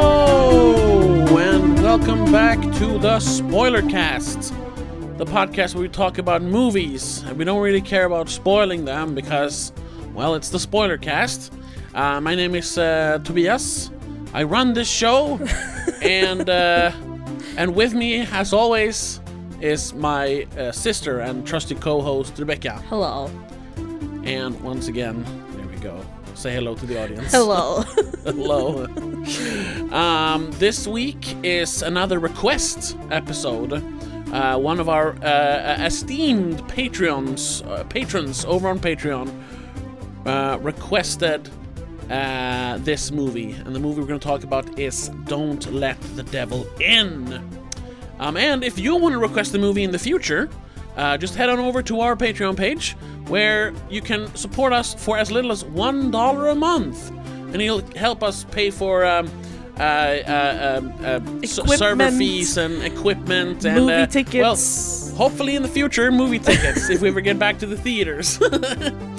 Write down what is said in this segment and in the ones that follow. Hello, and welcome back to the Spoiler Cast, the podcast where we talk about movies, and we don't really care about spoiling them because, well, it's the Spoiler Cast. Uh, my name is uh, Tobias. I run this show, and uh, and with me, as always, is my uh, sister and trusty co-host Rebecca. Hello. And once again, there we go. Say hello to the audience. Hello. Hello. um, this week is another request episode. Uh, one of our uh, esteemed Patreons, uh, patrons over on Patreon, uh, requested uh, this movie, and the movie we're going to talk about is "Don't Let the Devil In." Um, and if you want to request a movie in the future, uh, just head on over to our Patreon page where you can support us for as little as $1 a month. And it'll help us pay for um, uh, uh, um, uh, s- server Equipment. fees and equipment and Movie uh, tickets. Well, hopefully in the future, movie tickets if we ever get back to the theaters.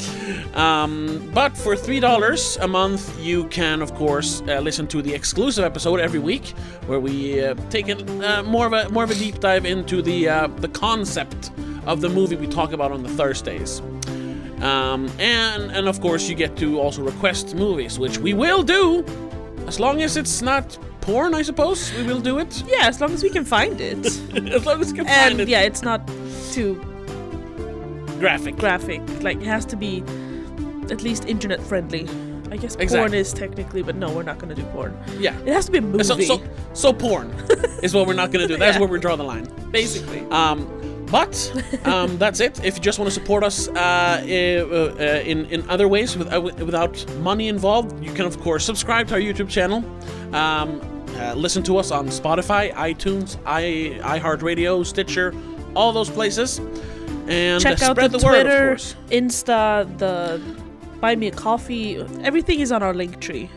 Um, but for $3 a month, you can, of course, uh, listen to the exclusive episode every week where we uh, take a, uh, more, of a, more of a deep dive into the, uh, the concept of the movie we talk about on the Thursdays. Um, and, and, of course, you get to also request movies, which we will do as long as it's not porn, I suppose. We will do it. yeah, as long as we can find it. as long as we can find and it yeah, it's not too graphic. graphic. Like it has to be at least internet friendly. I guess porn Exactly. is technically, but no, we're not gonna do porn. yeah. It has to be a movie. So, so, so porn is what we're not going to do. That's Yeah. where we draw the line. basically. Um, but um, that's it. If you just want to support us uh, i- uh, uh, in in other ways with, uh, wi- without money involved, you can of course subscribe to our YouTube channel. Um, uh, listen to us on Spotify, iTunes, I iHeartRadio, Stitcher, all those places. And Check out spread the, the, word, of Twitter, course. Insta, the Buy Me a Coffee. Everything is on our link tree.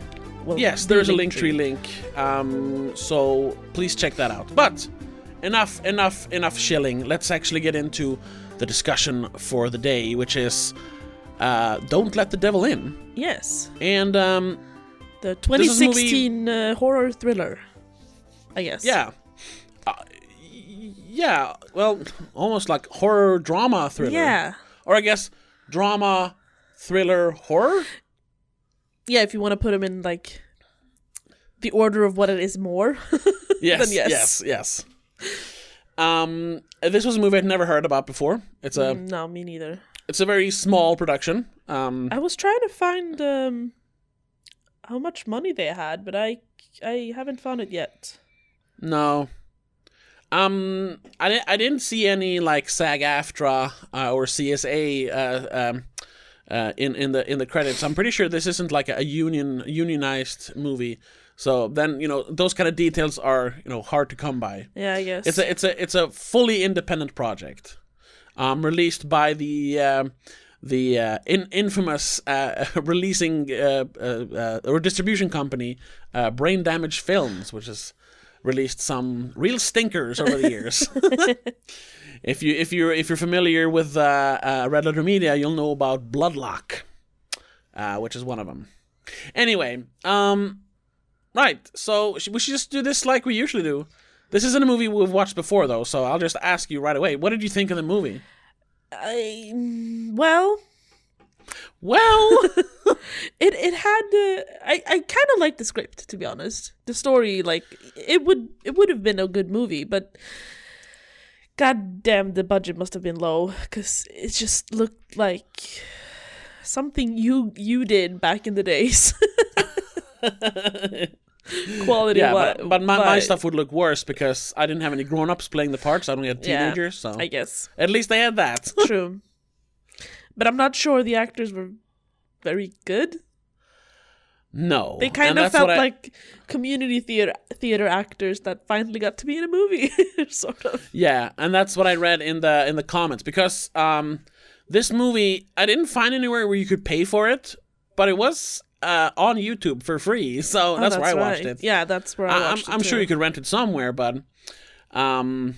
Well, Yes, the there's a Linktree link. Um, so please check that out. But enough, enough, enough shilling. Let's actually get into the discussion for the day, which is uh, don't let the devil in. Yes, And um, the is a movie- 2016 uh, horror thriller. I guess. yeah, uh, yeah. Well, almost like horror drama thriller. Yeah. Or I guess drama thriller horror. yeah, if you want to put them in like the order of what it is more. yes, then yes, yes. yes. Um, this was a movie I'd never heard about before. It's a no, me neither. it's a very small production. Um, I was trying to find um how much money they had, but I I haven't found it yet. no, um, I didn't. I didn't see any like SAG-AFTRA uh, or CSA uh, um, uh, in in the in the credits. I'm pretty sure this isn't like a union unionized movie. So then you know those kind of details are you know hard to come by. Yeah, I guess. It's a it's a it's a fully independent project, um, released by the um the uh, in, infamous uh, releasing uh, uh, uh, or distribution company, uh, Brain Damage Films, which has released some real stinkers over the years. if you if you are if you're familiar with uh, uh, Red Letter Media, you'll know about Bloodlock, uh, which is one of them. Anyway, um, right. So sh- we should just do this like we usually do. This isn't a movie we've watched before, though, so I'll just ask you right away. What did you think of the movie? I, mm, well, Well, it it had uh, I I kind of liked the script to be honest. The story like it would it would have been a good movie, but god damn the budget must have been low cuz it just looked like something you you did back in the days. Quality yeah, wa- but, but my, my stuff would look worse because I didn't have any grown ups playing the parts. I only had Yeah, teenagers, so I guess at least they had that. true. But I'm not sure the actors were very good. No, They kind and of that's what felt I- like community theater theater actors that finally got to be in a movie, sort of. Yeah, and that's what I read in the in the comments because um, this movie I didn't find anywhere where you could pay for it, but it was uh, on YouTube for free, so that's, where I watched Oh, right. it. Yeah, that's where I I, am watched it. I'm sure too. you could rent it somewhere, but um,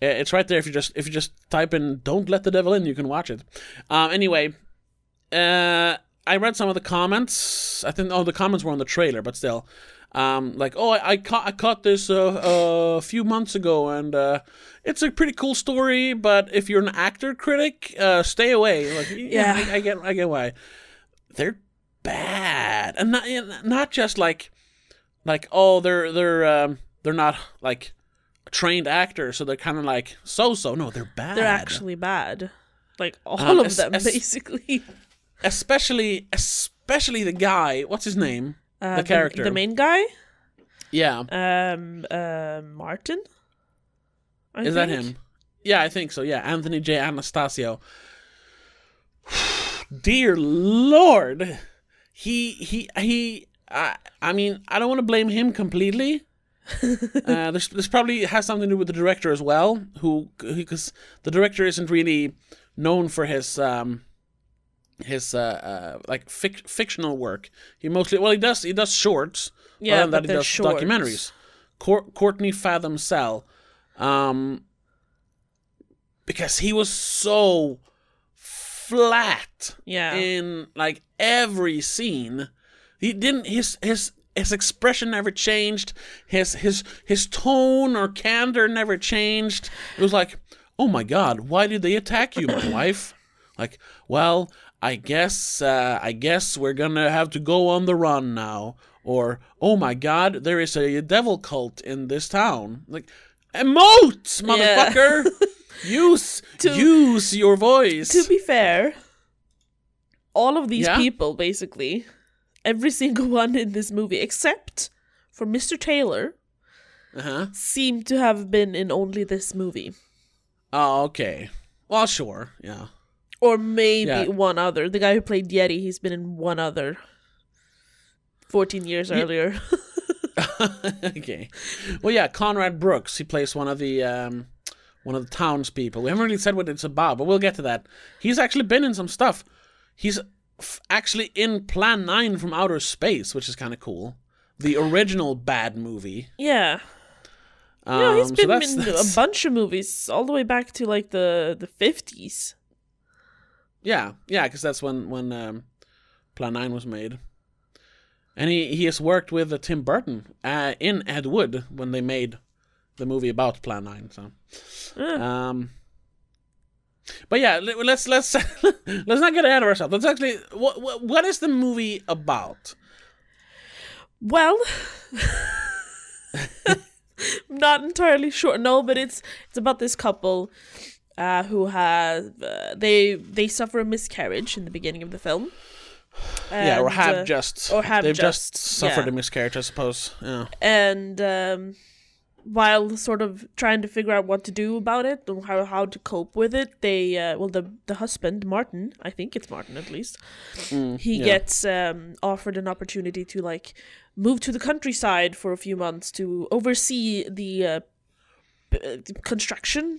i- it's right there if you just if you just type in "Don't Let the Devil In," you can watch it. Um, anyway, uh, I read some of the comments. I think oh the comments were on the trailer, but still, um, like, oh, I, I caught I caught this uh, a few months ago, and uh, it's a pretty cool story. But if you're an actor critic, uh, stay away. Like, yeah, Yeah. I, I get I get why they're bad, and not and not just like like oh they're they're um, they're not like trained actors, so they're kind of like so so. No, they're bad. They're actually bad. Like all Um, of es- them, es- basically. especially especially the guy. What's his name? Uh, the character. the main guy, yeah, um, uh, Martin. I is that think? him? Yeah, I think so. Yeah, Anthony J. Anastasio. Dear Lord, he he he. I I mean I don't want to blame him completely. uh, this this probably has something to do with the director as well, who because the director isn't really known for his um his uh, uh like fic- fictional work. He mostly well he does he does shorts. Yeah, other than but that he they're does shorts. documentaries. Cour- Courtney Fathom Cell, um, because he was so flat Yeah. in like every scene. He didn't his his his expression never changed. His his his tone or candor never changed. It was like, "Oh my god, why did they attack you, my wife?" Like, "Well, I guess uh, I guess we're going to have to go on the run now." Or, "Oh my god, there is a devil cult in this town." Like, emote, Yeah. motherfucker. use To- use your voice. To be fair, all of these Yeah? people, basically, every single one in this movie, except for Mr. Taylor, uh-huh. seem to have been in only this movie. Oh, okay. Well, sure. Yeah. Or maybe Yeah. one other. The guy who played Yeti, he's been in one other. 14 years earlier. okay. Well, yeah. Conrad Brooks. He plays one of the um, one of the townspeople. We haven't really said what it's about, but we'll get to that. He's actually been in some stuff. He's f- actually in Plan Nine from Outer Space, which is kind of cool. The original bad movie. yeah. Um, No, he's so been that's- in that's- a bunch of movies all the way back to like the the 50s. Yeah, yeah, because that's when when um, Plan Nine was made, and he he has worked with uh, Tim Burton uh, in Ed Wood when they made the movie about Plan Nine. So, Ah. um, but yeah, le- let's let's let's not get ahead of ourselves. Let's actually what what, what is the movie about? Well, not entirely sure. No, but it's it's about this couple uh, who have uh, they they suffer a miscarriage in the beginning of the film. yeah, or And, have uh, just or have they've just, just, suffered yeah. a miscarriage, I suppose. Yeah, and um, while sort of trying to figure out what to do about it and how, how to cope with it, they uh, well the the husband Martin, I think it's Martin at least, he Mm, yeah. gets um, offered an opportunity to like move to the countryside for a few months to oversee the uh, b- uh, construction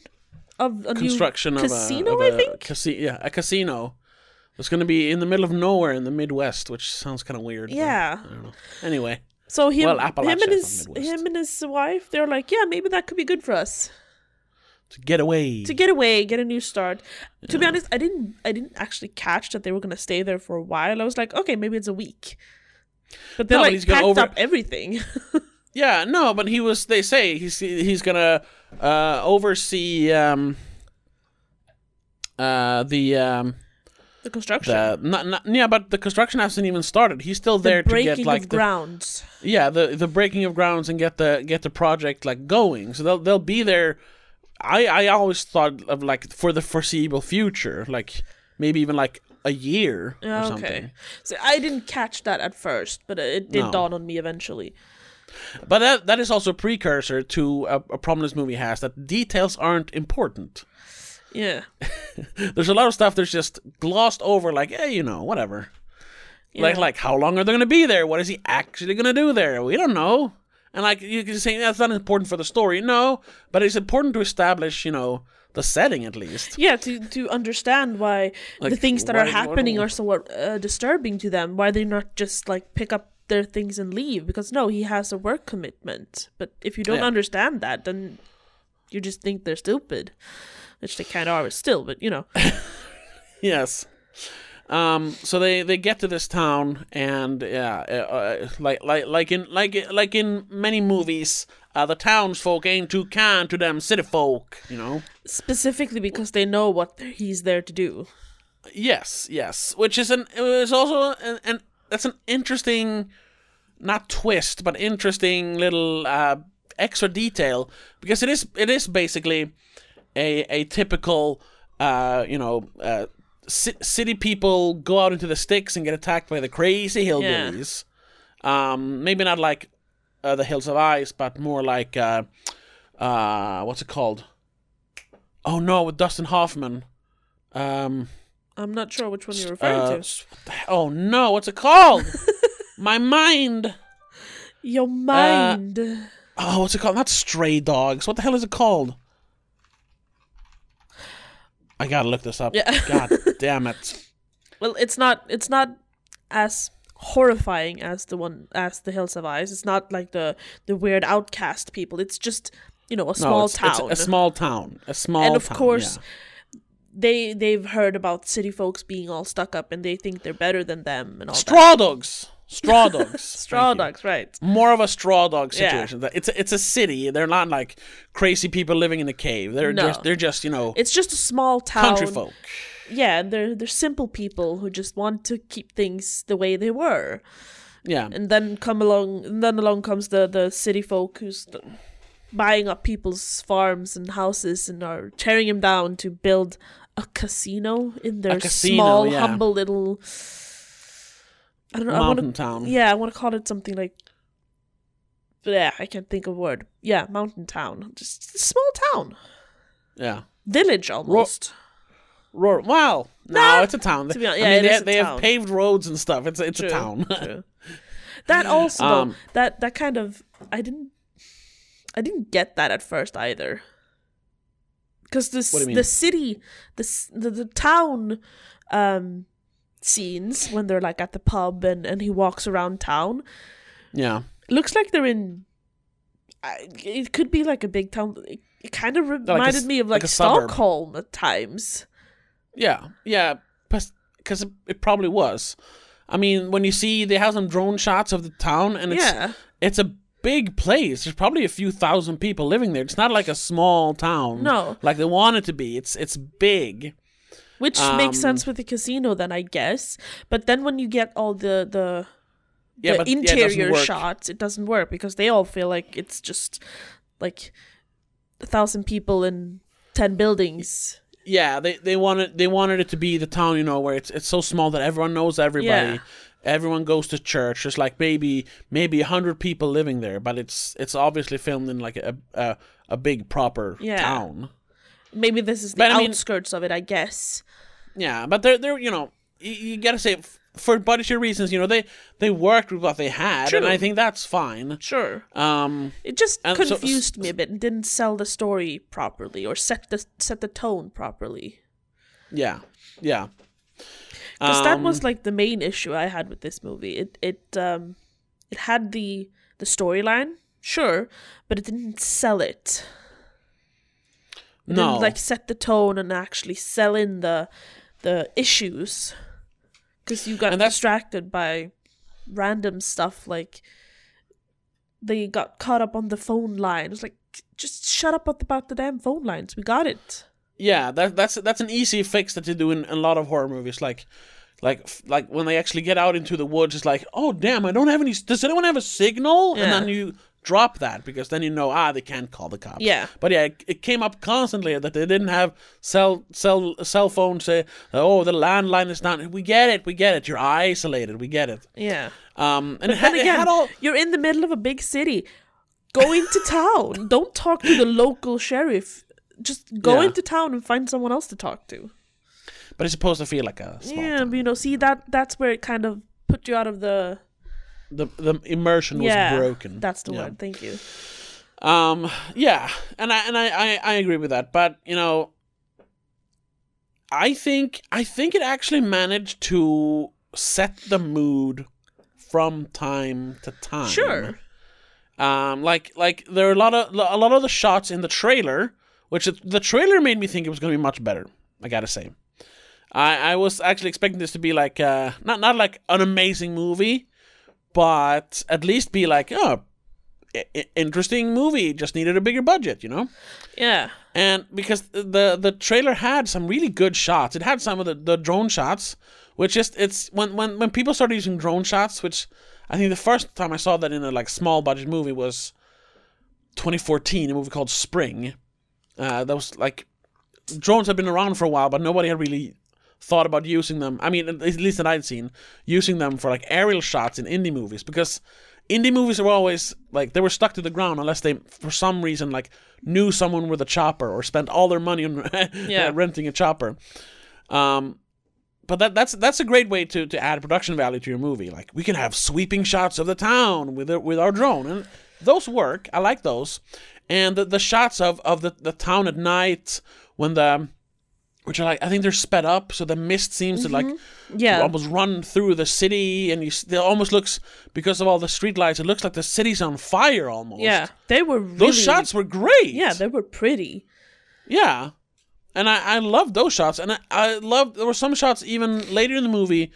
of a construction new of casino. a, I of a think casi- yeah, a casino. It's going to be in the middle of nowhere in the Midwest, which sounds kind of weird. but Yeah. I don't know. Anyway, so. Him, Well, him Appalachia's and on his Midwest. him and his wife, they're like, yeah, maybe that could be good for us. to get away. to get away, get a new start. To be honest, I didn't I didn't actually catch that they were gonna stay there for a while. I was like, okay, maybe it's a week. But they No, but like he's packed gonna over- up everything. yeah, no, but he was. They say he's he's going to uh, oversee um, uh, the um, the construction, the not, not, yeah, but the construction hasn't even started. He's still the there to breaking get like of the, grounds. yeah the the breaking of grounds and get the get the project like going so they'll they'll be there i i always thought of like for the foreseeable future like maybe even like a year or Oh, Okay, something so I didn't catch that at first, but it did No. dawn on me eventually. but that that is also a precursor to a, a problem this movie has that details aren't important Yeah, there's a lot of stuff that's just glossed over like hey you know whatever like Yeah. like how long are they gonna be there what is he actually gonna do there we don't know and like you can say that's not important for the story no but it's important to establish you know the setting at least yeah, to to understand why the Like, things that why- are why happening don't- are so uh, disturbing to them. Why they not just like pick up their things and leave? Because no, he has a work commitment. But if you don't Yeah. understand that, then you just think they're stupid, which they kind of are still. But you know, Yes. Um, so they, they get to this town, and yeah, uh, uh, like like like in like like in many movies, uh, the townsfolk ain't too kind to them city folk, you know. Specifically because they know what he's there to do. Yes, yes, which is an is also an, an that's an interesting, not twist, but interesting little uh, extra detail because it is it is basically a a typical uh, you know uh, ci- city people go out into the sticks and get attacked by the crazy hillbillies. Um, maybe not like uh, the Hills of Ice, but more like uh, uh, what's it called? Oh no, with Dustin Hoffman. Um, I'm not sure which one you're referring uh, to. s- what the he- oh no, what's it called? My mind. uh, Your mind. Oh, what's it called? Not stray dogs. What the hell is it called? I gotta look this up. Yeah. God damn it. well, it's not. It's not as horrifying as the one as the Hills Have Eyes. It's not like the the weird outcast people. It's just you know a No, small it's, it's town. a small town. A small. and of town, course yeah. they they've heard about city folks being all stuck up and they think they're better than them and all that. straw dogs. Straw dogs. Straw Thank you. dogs, right? More of a straw dog Yeah. situation. It's a, it's a city. They're not like crazy people living in a cave. They're No. just they're just you know It's just a small town. country folk. Yeah, and they're they're simple people who just want to keep things the way they were. Yeah. And then come along and then along comes the the city folk who's th- buying up people's farms and houses and are tearing them down to build a casino in their casino, small yeah. humble little I don't know, I want Mountain to town. Yeah, I want to call it something like. Yeah, I can't think of a word. Yeah, mountain town, just a small town, Yeah. village almost. Rural. Well, no, it's a town. To be honest, I yeah, mean, it they, is a they town. have paved roads and stuff. It's a- it's True, a town. true. That also though, Um, that that kind of I didn't I didn't get that at first either. Because this What do you mean? the city the s- the, the town um scenes when they're like at the pub and and he walks around town yeah. looks like they're in. I- It could be like a big town. It, it kind of reminded a s- me of like like, a suburb. Stockholm at times. Yeah. Yeah. Because it, it probably was. I mean, when you see they have some drone shots of the town, and it's Yeah, it's a big place. There's probably a few thousand people living there. It's not like a small town. No. Like they want it to be. It's it's big. which makes um, sense with the casino then, I guess. But then when you get all the the, Yeah, the but yeah, it doesn't interior work. shots, it doesn't work because they all feel like it's just like a thousand people in ten buildings. Yeah, they they wanted they wanted it to be the town, you know, where it's it's so small that everyone knows everybody. Yeah. Everyone goes to church. There's like maybe maybe a hundred people living there, but it's it's obviously filmed in like a a, a big proper Yeah. town. Maybe this is the But I mean- outskirts of it, I guess. Yeah, but they're they're you know you, you gotta say f- for budgetary reasons, you know they they worked with what they had, and True. I think that's fine. Sure. Um, It just And so- confused me a bit and didn't sell the story properly or set the set the tone properly. yeah, yeah. Because that Um, was like the main issue I had with this movie. It it um it had the the storyline, sure, but it didn't sell it. It no, didn't like set the tone and actually sell in the the issues. Because you got And that's- distracted by random stuff like they got caught up on the phone line. It's like just shut up about the damn phone lines. We got it. Yeah, that, that's that's an easy fix that you do in, in a lot of horror movies. Like, like, like when they actually get out into the woods, it's like, oh damn, I don't have any. Does anyone have a signal? And Yeah. then you drop that because then you know, ah, they can't call the cops. Yeah. But yeah, it, it came up constantly that they didn't have cell cell cell phones. Say, oh, the landline is down. We get it. We get it. You're isolated. We get it. Yeah. Um, and it had, Then it again, had all. you're in the middle of a big city. Go into town. Don't talk to the local sheriff. Just go Yeah. into town and find someone else to talk to. But it's supposed to feel like a small yeah, but you know, see that that's where it kind of put you out of the the the immersion yeah. was broken. That's the Yeah. word. Thank you. Um, yeah, and I and I, I I agree with that, but you know, I think I think it actually managed to set the mood from time to time. Sure. Um, like like there are a lot of a lot of the shots in the trailer, which it, the trailer made me think it was going to be much better. I gotta say. I I was actually expecting this to be like uh not not like an amazing movie, but at least be like oh, i- i- interesting movie. Just needed a bigger budget, you know. Yeah. And because the the trailer had some really good shots, it had some of the, the drone shots, which just it's when when when people started using drone shots, which I think the first time I saw that in a like small budget movie was 2014, a movie called Spring. Uh, that was like drones had been around for a while, but nobody had really thought about using them. I mean, at least that I'd seen using them for like aerial shots in indie movies because indie movies were always like they were stuck to the ground unless they for some reason like knew someone with a chopper or spent all their money on Yeah. renting a chopper. Um, but that that's that's a great way to, to add production value to your movie. Like we can have sweeping shots of the town with our- with our drone, and those work. I like those, and the, the shots of, of the, the town at night when the which are like I think they're sped up, so the mist seems to like Mm-hmm. Yeah. almost run through the city, and you s- it almost looks because of all the streetlights, it looks like the city's on fire almost. Yeah. They were really those shots were great. Yeah, they were pretty. Yeah. And I, I loved those shots. And I, I loved, there were some shots even later in the movie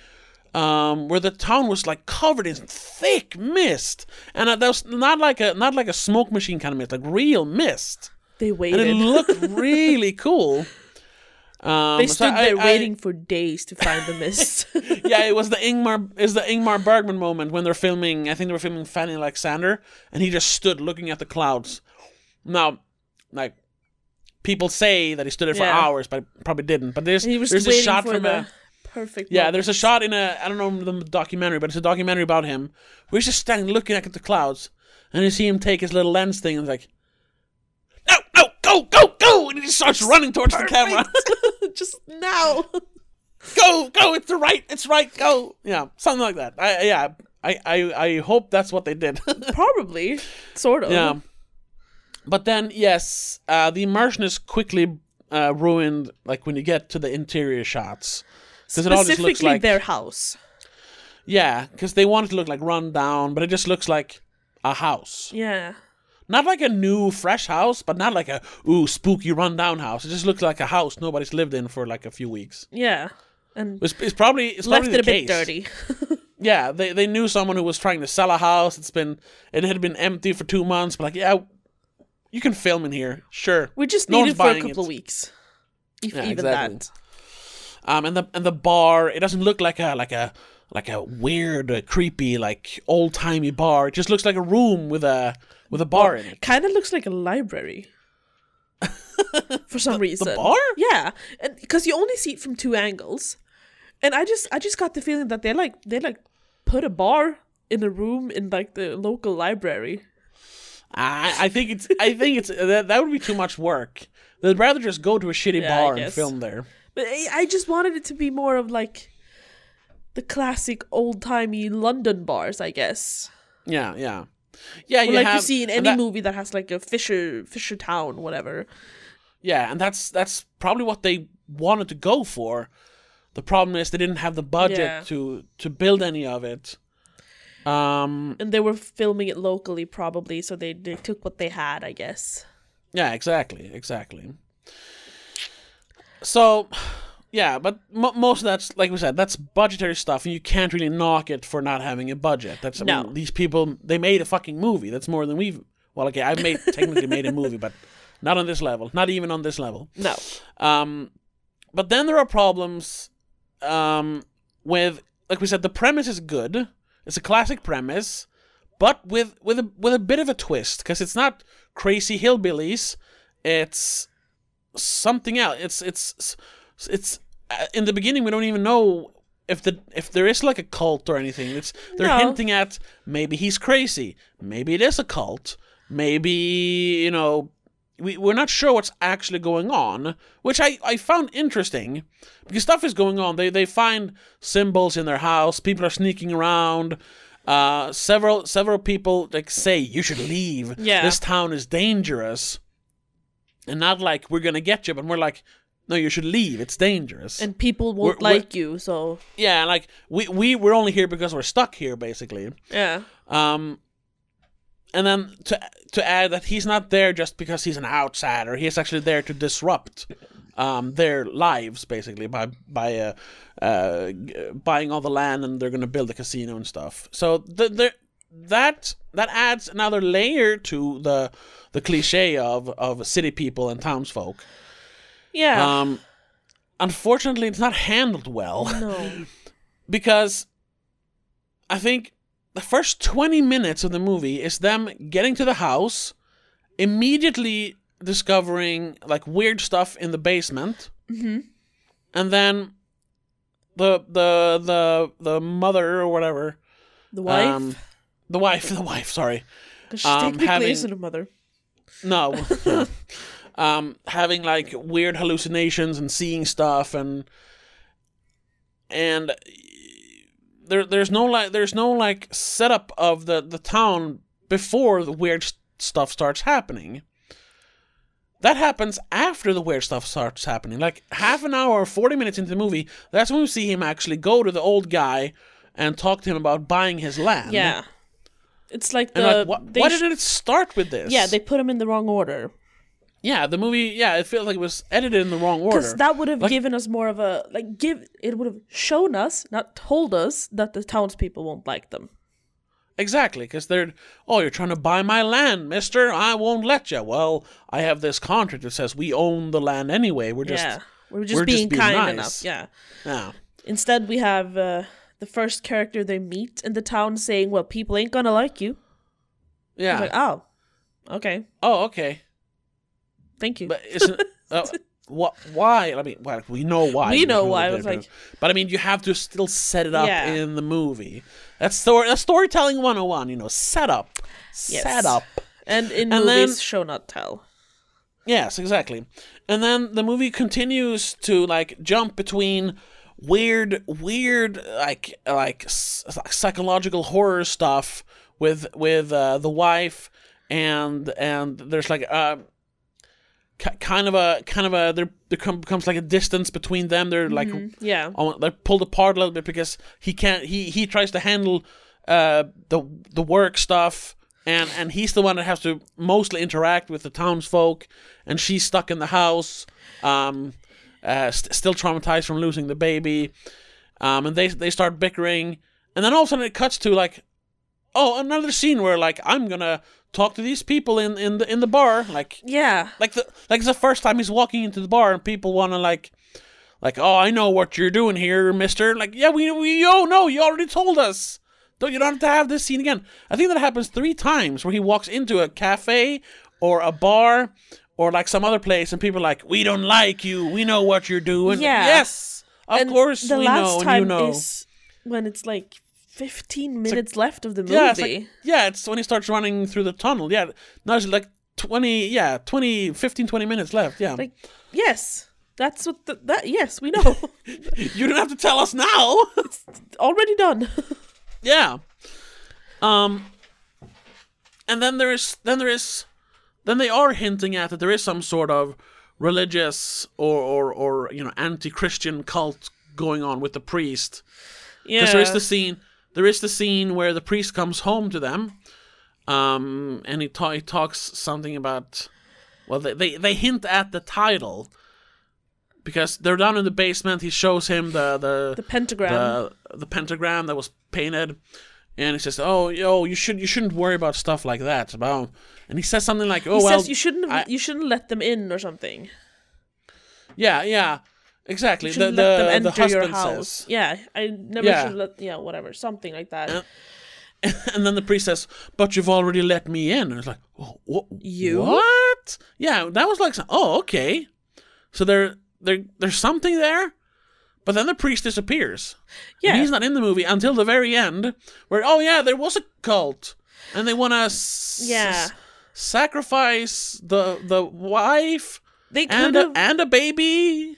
um, where the town was like covered in thick mist. And uh, that was not like a, not like a smoke machine kind of mist, like real mist. They And it waited. looked really cool. Um, they so stood I- there I- waiting for days to find the mist. yeah, it was the Ingmar is the Ingmar Bergman moment when they're filming. I think they were filming Fanny Alexander, and he just stood looking at the clouds. Now, like people say that he stood there for Yeah. hours, but he probably didn't. But there's And he was there's a waiting shot for from the a perfect. yeah, moment. there's a shot in a I don't know the documentary, but it's a documentary about him where he's just standing looking at the clouds, and you see him take his little lens thing and he's like, no, no, go, go, go, and he just starts running towards the camera. just now. go, go, it's the right, it's right, go. Yeah, something like that. I yeah, I I, I hope that's what they did. Probably, sort of. yeah. But then yes, uh, the immersion is quickly uh, ruined. Like when you get to the interior shots, because it all just looks Specifically, like their house. yeah, because they want it to look like run down, but it just looks like a house, Yeah. not like a new fresh house, but not like a ooh spooky rundown house. It just looks like a house nobody's lived in for like a few weeks. Yeah. And It's, it's probably it's left probably it a the bit case. dirty. Yeah, they, they knew someone who was trying to sell a house. It's been it had been empty for two months, but like, yeah, you can film in here, sure. We just No need one's it for a buying couple it. of weeks. If Yeah, even exactly. that. Um, and the and the bar, it doesn't look like a like a like a weird, uh, creepy, like old timey bar. It just looks like a room with a with a bar in it. Kind of looks like a library. for some reason. Bar? Yeah, and because you only see it from two angles, and I just I just got the feeling that they like they like put a bar in a room in like the local library. I I think it's I think it's uh, that that would be too much work. They'd rather just go to a shitty Yeah, I bar and guess. film there. But I, I just wanted it to be more of like the classic old timey London bars, I guess. Yeah, yeah, yeah. Or you like have, you see in and any that- movie that has like a Fisher Fisher Town, whatever. Yeah, and that's that's probably what they wanted to go for. The problem is they didn't have the budget Yeah. to to build any of it. Um And they were filming it locally probably, so they, they took what they had, I guess. yeah, exactly, exactly. So yeah, but mo most of that's like we said, that's budgetary stuff and you can't really knock it for not having a budget. That's I mean, No. these people they made a fucking movie. That's more than we've well, okay, I've made technically made a movie, but not on this level. Not even on this level. No. Um, but then there are problems um, with, like we said, the premise is good. It's a classic premise, but with with a with a bit of a twist because it's not crazy hillbillies. It's something else. It's it's it's uh, in the beginning we don't even know if the if there is like a cult or anything. It's they're No. hinting at maybe he's crazy. Maybe it is a cult. Maybe you know we, we're not sure what's actually going on, which I, I found interesting because stuff is going on. They they find symbols in their house. People are sneaking around. Uh, several several people like say you should leave. Yeah. this town is dangerous, and not like we're gonna get you, but we're like, no, you should leave. It's dangerous. And people won't We're- we're- like you, so yeah, and, like we we we're only here because we're stuck here, basically. Yeah. Um, and then to to add that he's not there just because he's an outsider. He is actually there to disrupt um, their lives basically by by uh, uh, g- buying all the land and they're gonna build a casino and stuff. So the, the that that adds another layer to the the cliche of of city people and townsfolk. Yeah. Um, unfortunately, it's not handled well Um, no. because I think the first 20 minutes of the movie is them getting to the house, immediately discovering like weird stuff in the basement, hmm and then the the the the mother or whatever The wife. um, the wife the wife sorry 'Cause she um, technically having- isn't a mother. no um having like weird hallucinations and seeing stuff and and there there's no like there's no like setup of the the town before the weird s- stuff starts happening that happens after the weird stuff starts happening like half an hour or 40 minutes into the movie that's when we see him actually go to the old guy and talk to him about buying his land Yeah. It's like the and like, wha- they why sh- did it start with this yeah they put them in the wrong order Yeah, the movie. Yeah, it feels like it was edited in the wrong order. because that would have Like- given us more of a like give it would have shown us not told us that the townspeople won't like them. exactly, because they're oh, you're trying to buy my land, Mister. I won't let you. Well, I have this contract that says we own the land anyway. We're just yeah, we're just we're just being being kind nice. enough. Yeah. yeah, Instead, we have uh, the first character they meet in the town saying, "Well, people ain't gonna like you." yeah. It's Like, oh, okay, oh, okay. thank you. But isn't uh, what? Why? I mean, well, we know why. We know why, what it was they're like- doing. but I mean, you have to still set it up Yeah. in the movie. That's story. That's storytelling 101, You know, setup, Yes. setup. and in and then- movies, show not tell. Yes, exactly. And then the movie continues to like jump between weird, weird, like like s- psychological horror stuff with with uh, the wife and and there's like uh, ki kind of a kind of a there become, becomes like a distance between them. They're like Yeah, almo- they're pulled apart a little bit because he can't. He he tries to handle uh, the the work stuff, and and he's the one that has to mostly interact with the townsfolk, and she's stuck in the house, um, uh, st- still traumatized from losing the baby, um, and they they start bickering, and then all of a sudden it cuts to like, oh, another scene where like I'm gonna talk to these people in in the in the bar, like yeah, like the like it's the first time he's walking into the bar and people want to like like oh I know what you're doing here, Mister. Like yeah we we all know you already told us. Don't you don't have to have this scene again. I think that happens three times where he walks into a cafe or a bar or like some other place and people are like we don't like you. We know what you're doing. Yeah. Yes. Of And course the we last know and time you know. is when it's like fifteen minutes left of the movie. Yeah, it's like, yeah, it's when he starts running through the tunnel. Yeah. Now it's like 20 yeah, 20 15 20 minutes left. Yeah. Like, yes, that's what the, that. Yes, we know. you don't have to tell us now. Already done. Yeah. Um and then there is then there is then they are hinting at that there is some sort of religious or or, or you know anti-Christian cult going on with the priest. yeah. Because there is the scene there is the scene where the priest comes home to them. Um and he, ta- he talks something about well they, they they hint at the title because they're down in the basement he shows him the the, the pentagram. the the pentagram that was painted, and he says, "Oh, yo, you should you shouldn't worry about stuff like that." About and he says something like, "Oh he well, says you shouldn't have, I- you shouldn't let them in or something. yeah, yeah, exactly." You The shouldn't let them the, the enter your husband house. says, Yeah, I never Yeah. should let. Yeah, whatever, something like that. Uh, and then the priest says, "But you've already let me in." And it's like, "Oh, wha- You? what? Yeah, that was like, some- oh, okay." So there, there, there's something there, but then the priest disappears. And yeah, he's not in the movie until the very end, where oh yeah, there was a cult, and they want to s- Yeah. s- sacrifice the the wife they and could a, have. and a baby,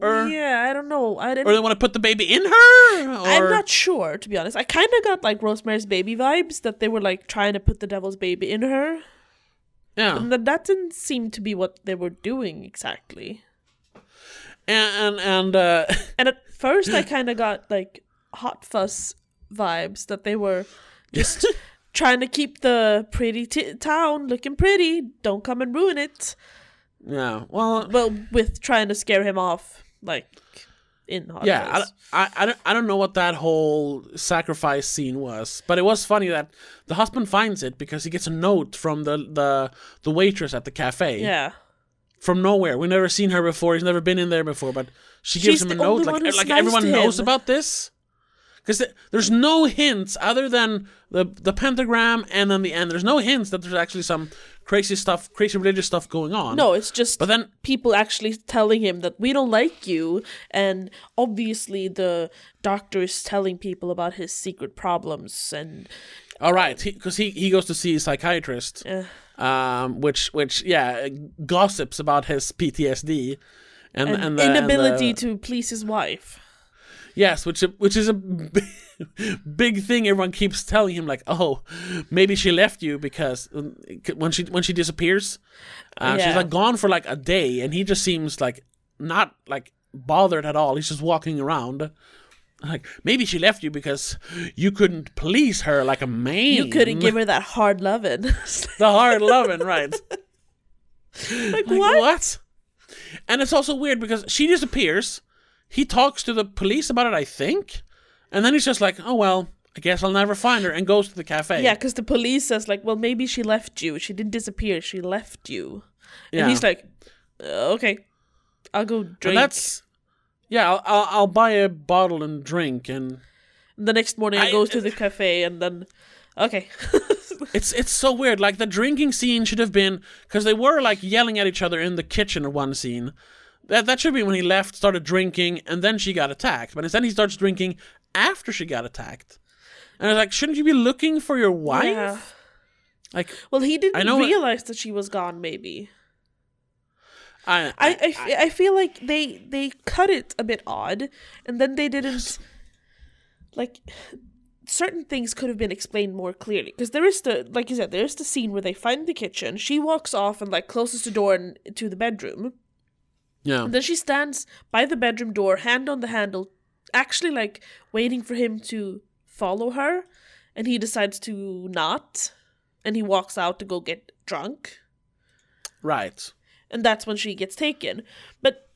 or Yeah, I don't know. I didn't. or they want to put the baby in her. Or, I'm not sure, to be honest. I kind of got like Rosemary's Baby vibes that they were like trying to put the devil's baby in her, Yeah, and that, that didn't seem to be what they were doing exactly. and and, and uh, And at first, I kind of got like hot fuss vibes that they were just trying to keep the pretty t- town looking pretty. Don't come and ruin it. Yeah. Well, Well, with trying to scare him off, like in Hot yeah. Fuzz. I, I, I, don't, I don't know what that whole sacrifice scene was, but it was funny that the husband finds it because he gets a note from the the, the waitress at the cafe yeah. from nowhere. We've never seen her before. He's never been in there before, but she gives She's him a the note only like one who's like nice everyone to knows him. about this. Because there's no hints other than the the pentagram and then the end. There's no hints that there's actually some crazy stuff, crazy religious stuff going on. No, it's just But then people actually telling him that we don't like you, and obviously the doctor is telling people about his secret problems and All right, because he, he, goes to see a psychiatrist, um, which which yeah gossips about his PTSD and and, the, and the- inability to please his wife. yes, which which is a b- big thing. Everyone keeps telling him like, oh, maybe she left you because um, when she when she disappears, uh, she's Yeah. like gone for like a day, and he just seems like not like bothered at all. He's just walking around. Like maybe she left you because you couldn't please her like a man. You couldn't give her that hard loving. It's the hard loving, right? like, Like, what? what? And it's also weird because she disappears. He talks to the police about it, I think, and then he's just like, "Oh well, I guess I'll never find her," and goes to the cafe. Yeah, because the police says like, well, maybe she left you. She didn't disappear. She left you. yeah. And he's like, "Uh, okay, I'll go drink. and that's yeah. I'll, I'll I'll buy a bottle and drink, and the next morning, I, I- goes to the cafe, and then, okay, it's it's so weird. Like the drinking scene should have been because they were like yelling at each other in the kitchen in one scene. That that should be when he left, started drinking, and then she got attacked. But instead, he starts drinking after she got attacked. And it's like, shouldn't you be looking for your wife? Yeah. Like Well, he didn't know- realize that she was gone. Maybe I, I, I, fe- I feel like they they cut it a bit odd, and then they didn't. Like, certain things could have been explained more clearly because there is the like you said there is the scene where they find the kitchen. She walks off and like closes the door and, to the bedroom. yeah. And then she stands by the bedroom door, hand on the handle, actually like waiting for him to follow her, and he decides to not, and he walks out to go get drunk. Right. and that's when she gets taken. But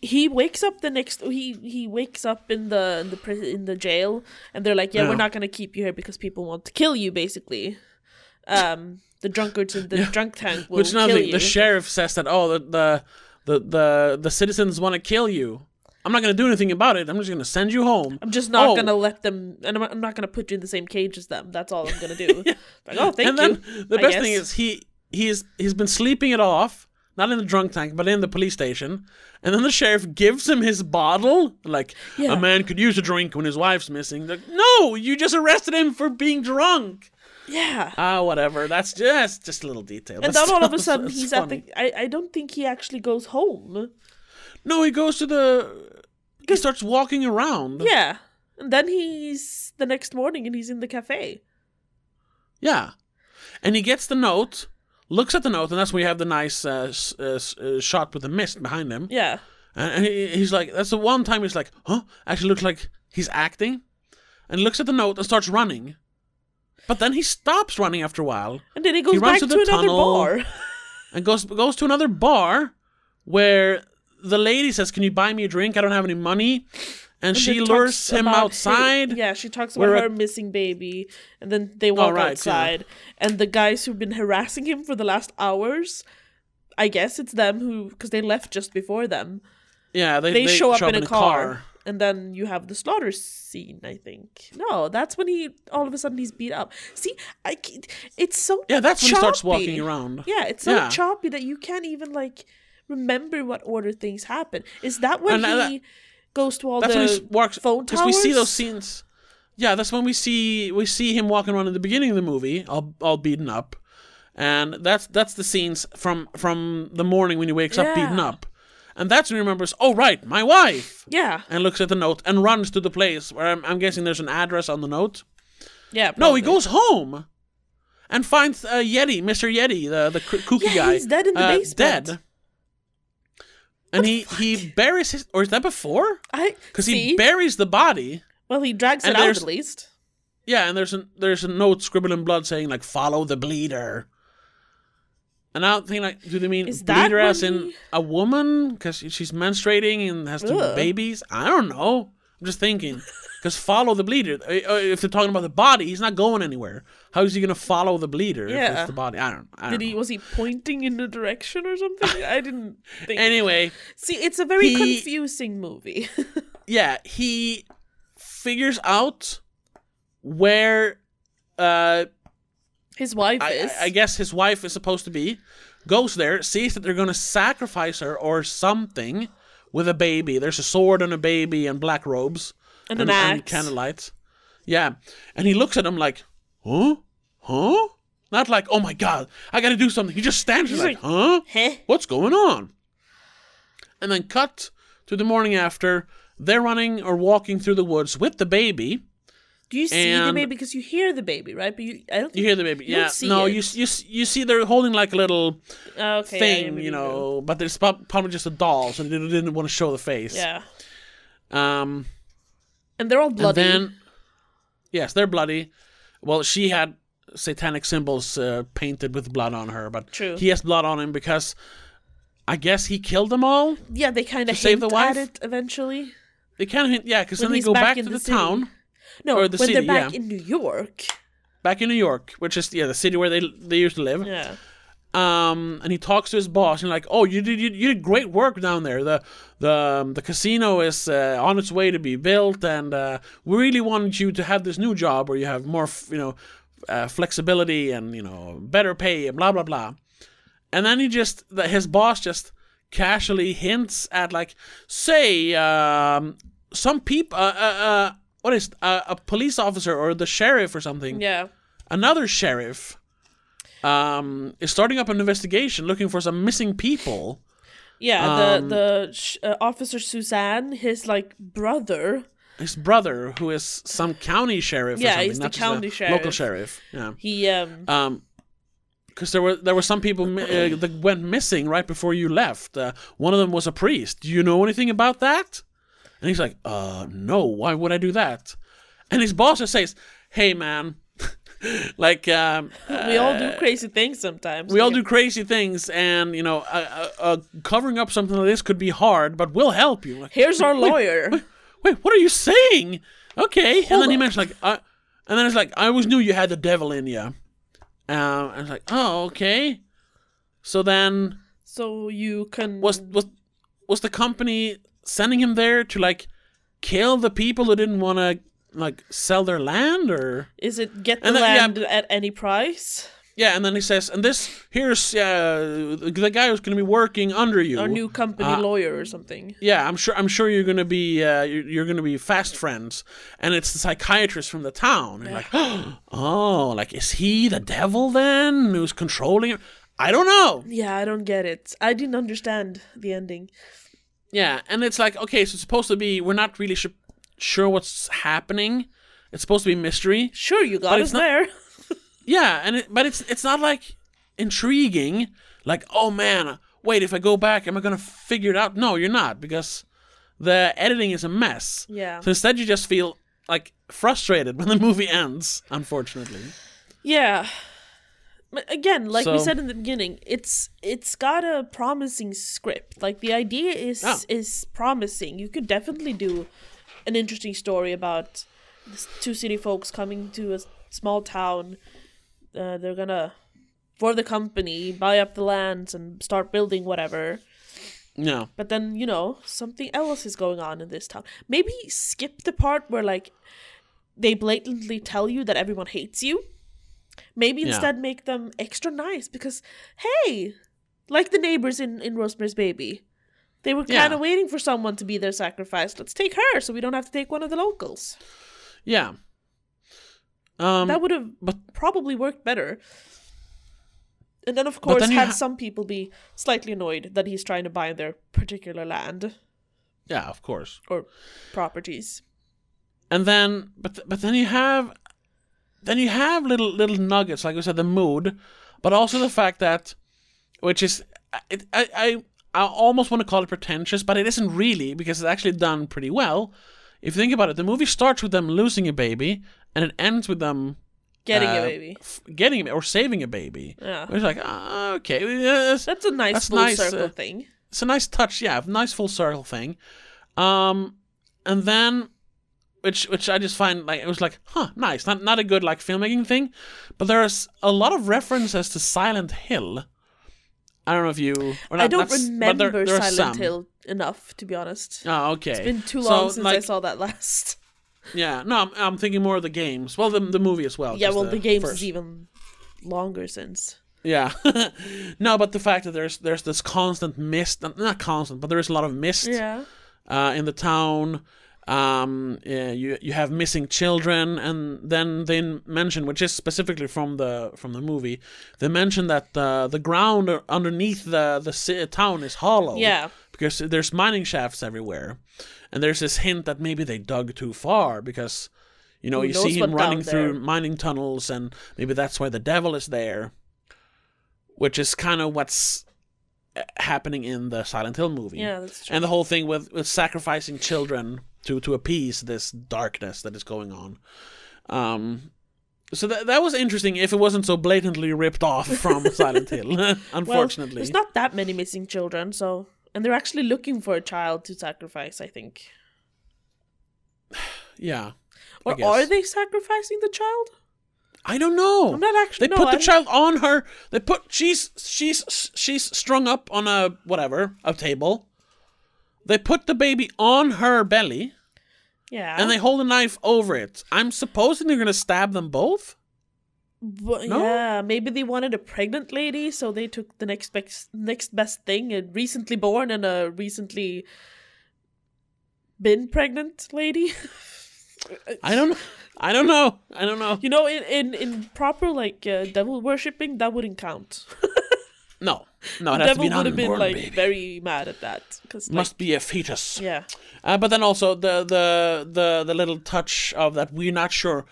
he wakes up the next he he wakes up in the in the pri- in the jail, and they're like, "Yeah, Yeah. we're not gonna keep you here because people want to kill you." Basically, um, the drunkards in the drunk tank will Which now kill the, you. the sheriff says that oh the the the the, the citizens want to kill you. I'm not gonna do anything about it. I'm just gonna send you home. I'm just not Oh. gonna let them, and I'm, I'm not gonna put you in the same cage as them. That's all I'm gonna do. Like, oh, thank and then you. the I best thing guess. is he he's he's been sleeping it off, not in the drunk tank, but in the police station. And then the sheriff gives him his bottle, like Yeah. a man could use a drink when his wife's missing. Like, no, you just arrested him for being drunk. yeah. Ah, whatever. That's just just a little detail. and That's then all of a so- sudden it's he's funny. at the. I, I don't think he actually goes home. No, he goes to the. He starts walking around. Yeah. And then he's the next morning and he's in the cafe. Yeah. And he gets the note, looks at the note, and that's where you have the nice uh, s- uh, s- uh, shot with the mist behind him. Yeah. And, and he, he's like, that's the one time he's like, huh? Actually, looks like he's acting. And looks at the note and starts running. But then he stops running after a while And then he goes He runs back to to, the another tunnel. bar. and goes goes to another bar where the lady says, "Can you buy me a drink? I don't have any money." And, she then lures talks him about her- outside. yeah, she talks about where a- her missing baby, and then they walk right, yeah. outside. And the guys who've been harassing him for the last hours, I guess it's them who, because they left just before them. Yeah, they, They, show, up in, a, car, car. and then you have the slaughter scene. I think no, that's when he all of a sudden he's beat up. See, I c- it's so Yeah, that's when he starts choppy. walking around. Yeah, it's so Yeah. choppy that you can't even like remember what order things happen. Is that when And, uh, he goes to all That's the when he s- walks phone because we see towers? those scenes. Yeah, that's when we see we see him walking around in the beginning of the movie, all all beaten up, and that's that's the scenes from from the morning when he wakes up beaten Yeah. up, and that's when he remembers. Oh right, my wife, Yeah, and looks at the note and runs to the place where I'm, I'm guessing there's an address on the note. yeah. No, probably. he goes home, and finds uh, Yeti, Mister Yeti, the the cr- kooky Yeah, guy. he's dead in the uh, basement. Dead. And he, he buries his, or is that before? I Because see. he buries the body. well, he drags and it out there's- at least. Yeah, and there's a there's a note scribbled in blood saying like "Follow the bleeder," And I think like, do they mean Is bleed that her as when in he- a woman because she's menstruating and has two Ugh. babies? I don't know. I'm just thinking. Because follow the bleeder. Uh, uh, If they're talking about the body, he's not going anywhere. How is he gonna follow the bleeder if Yeah. it's the body? I don't. I don't Did he know. was he pointing in a direction or something? I didn't think. Anyway, See, it's a very He- confusing movie. yeah, he figures out where uh, His wife I- is. I, I guess his wife is supposed to be, goes there, sees that they're going to sacrifice her or something with a baby. There's a sword and a baby and black robes and an axe. and candlelight. Yeah. And he looks at him like, huh? Huh? Not like, oh my God, I got to do something. He just stands there He's like, huh? Heh. What's going on? And then cut to the morning after. They're running or walking through the woods with the baby. Do you see the And- baby? Because you hear the baby, right? But you, I don't You think. hear the baby. You yeah. don't see no, it. you s- you s- you see they're holding like a little Ah, okay, yeah, yeah, thing, maybe you know, but there's prob- probably just a doll, so they didn't- didn't want to show the face. Yeah. Um, And they're all and bloody. then, yes, they're bloody. Well, she had satanic symbols uh, painted with blood on her, but True. he has blood on him because I guess he killed them all. yeah, they kind of to save hint the wife? at it eventually. They kind of hint, yeah, because When then they he's go back back, in to the the, city. town, No, Or the when city, they're back yeah. in New York. back in New York, which is yeah the city where they they used to live. Yeah. um, and he talks to his boss and like, oh, you did you, you did great work down there. The the um, the casino is uh, on its way to be built, and uh, we really wanted you to have this new job where you have more, f- you know, uh, flexibility and you know better pay and blah blah blah. And then he just the, his boss just casually hints at like, say, um, some people, uh, uh, uh, what is it? uh, a police officer or the sheriff or something Yeah. another sheriff um, is starting up an investigation looking for some missing people. Yeah, Um, the the sh- uh, officer Suzanne, his like brother, His brother, who is some county sheriff, Yeah, or something, he's the not just county a sheriff. local sheriff. Yeah, he um um, because there were there were some people mi- uh, that went missing right before you left. Uh, one of them was a priest. Do you know anything about that? And he's like, uh, no. Why would I do that? And his boss just says, "Hey, man." like um, we all do crazy things sometimes. we all do crazy things, and you know, uh, uh, uh, covering up something like this could be hard, but we'll help you. Like, Here's our lawyer. wait, what are you saying? Okay, and then he up. mentioned like, I, and then it's like, I always knew you had the devil in you. Um, and it's like, oh, okay. So then, So you can was was was the company sending him there to like kill the people who didn't want to like sell their land or? is it get the and then- yeah. land at any price? Yeah, and then he says, and this here's uh, the guy who's going to be working under you. Our new company Uh, lawyer or something. Yeah, I'm sure. I'm sure you're gonna be uh, you're, you're gonna be fast friends, and it's the psychiatrist from the town. And you're like, oh, like is he the devil then who's controlling? her?" I don't know. Yeah, I don't get it. I didn't understand the ending. Yeah, and it's like okay, so it's supposed to be we're not really su- sure what's happening. It's supposed to be mystery. Sure, you got it's us not- there. Yeah, and it, but it's it's not like intriguing. Like, oh man, wait, if I go back, am I gonna figure it out? No, you're not because the editing is a mess. Yeah. So instead, you just feel like frustrated when the movie ends. Unfortunately, Yeah. But again, like we So- said in the beginning, it's it's got a promising script. Like the idea is Yeah. is promising. You could definitely do an interesting story about this two city folks coming to a s- small town. Uh, they're gonna for the company buy up the lands and start building whatever. no. But then, you know, something else is going on in this town. Maybe skip the part where, like, they blatantly tell you that everyone hates you. Maybe Yeah. instead make them extra nice because, hey, like the neighbors in, in Rosemary's Baby, they were Yeah. kind of waiting for someone to be their sacrifice. Let's take her so we don't have to take one of the locals. Yeah. Um. that would have but- probably worked better. And then, of But then course, you have ha- some people be slightly annoyed that he's trying to buy their particular land yeah, of course. or properties. And then, but th- but then you have, then you have little little nuggets like we said, the mood, but also the fact that, which is, it, I I I almost want to call it pretentious, but it isn't really because it's actually done pretty well. If you think about it, the movie starts with them losing a baby, and it ends with them Getting a uh, baby. f- getting or saving a baby. Yeah. It's like, ah, okay, yes. That's a nice that's full nice, circle uh, thing. it's a nice touch, yeah, a nice full circle thing. Um, and then, which which I just find like it was like, huh, nice, not not a good like filmmaking thing, but there's a lot of references to Silent Hill. I don't know if you. Or not, I don't not s- but remember there- there are Silent some. Hill enough, to be honest. Oh, okay. It's been too So, long since I like, saw that last. Yeah, no, I'm, I'm thinking more of the games. Well, the the movie as well. Yeah, 'cause well, the, games first- is even longer since. Yeah. no, but the fact that there's there's this constant mist, not constant, but there is a lot of mist Yeah. uh, in the town. Um, yeah, you you have missing children, and then they mention, which is specifically from the from the movie, they mention that the the ground underneath the the ci- town is hollow. Yeah. because there's mining shafts everywhere, and there's this hint that maybe they dug too far because, you know, Who you knows see what him down running there. through mining tunnels, and maybe that's why the devil is there, which is kind of what's uh, happening in the Silent Hill movie Yeah, that's true. and the whole thing with, with sacrificing children to to appease this darkness that is going on um so that that was interesting if it wasn't so blatantly ripped off from silent hill Well, unfortunately there's not that many missing children, so and they're actually looking for a child to sacrifice, I think. yeah I Or guess. are they sacrificing the child? i don't know I'm not actually they no, put the I'm- child on her they put she's she's she's strung up on a whatever a table they put the baby on her belly Yeah. and they hold a knife over it i'm supposing they're gonna stab them both But, No? Yeah, maybe they wanted a pregnant lady, so they took the next best next best thing, a recently born and a recently been pregnant lady. i don't i don't know i don't know You know, in in, in proper like uh, devil worshipping, that wouldn't count. No, no, it has to devil be an would have been unborn like baby. very mad at that because like, Must be a fetus. yeah. Uh, but then also the, the the the little touch of that we're not sure,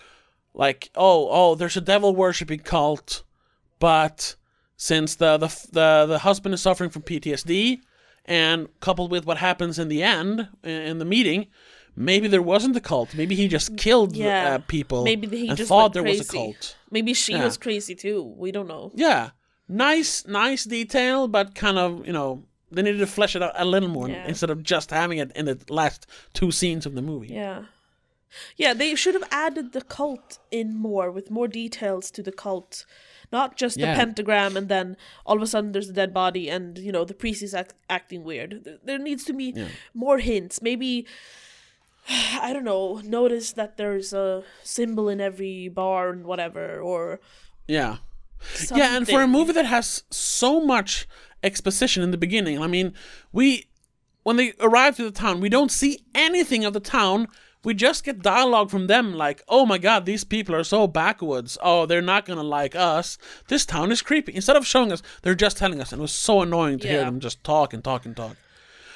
like oh oh, there's a devil worshipping cult, but since the the f- the the husband is suffering from PTSD, and coupled with what happens in the end i- in the meeting. Maybe there wasn't a cult. Maybe he just killed Mm, Yeah. uh, people Maybe he and just thought went there was a crazy. cult. Maybe she Yeah. was crazy too. We don't know. Yeah, nice, nice detail, but kind of you know they needed to flesh it out a little more Yeah. instead of just having it in the last two scenes of the movie. Yeah. Yeah, they should have added the cult in more with more details to the cult. Not just Yeah. the pentagram and then all of a sudden there's a dead body and you know the priest is act- acting weird. Th- There needs to be more hints. Maybe I don't know, notice that there's a symbol in every bar and whatever or Yeah, something. yeah, and for a movie that has so much exposition in the beginning, I mean, we when they arrive to the town, we don't see anything of the town. We just get dialogue from them like, "Oh my god, these people are so backwoods. Oh, they're not gonna like us. This town is creepy." Instead of showing us, they're just telling us, and it was so annoying to hear Yeah. them just talk and talk and talk.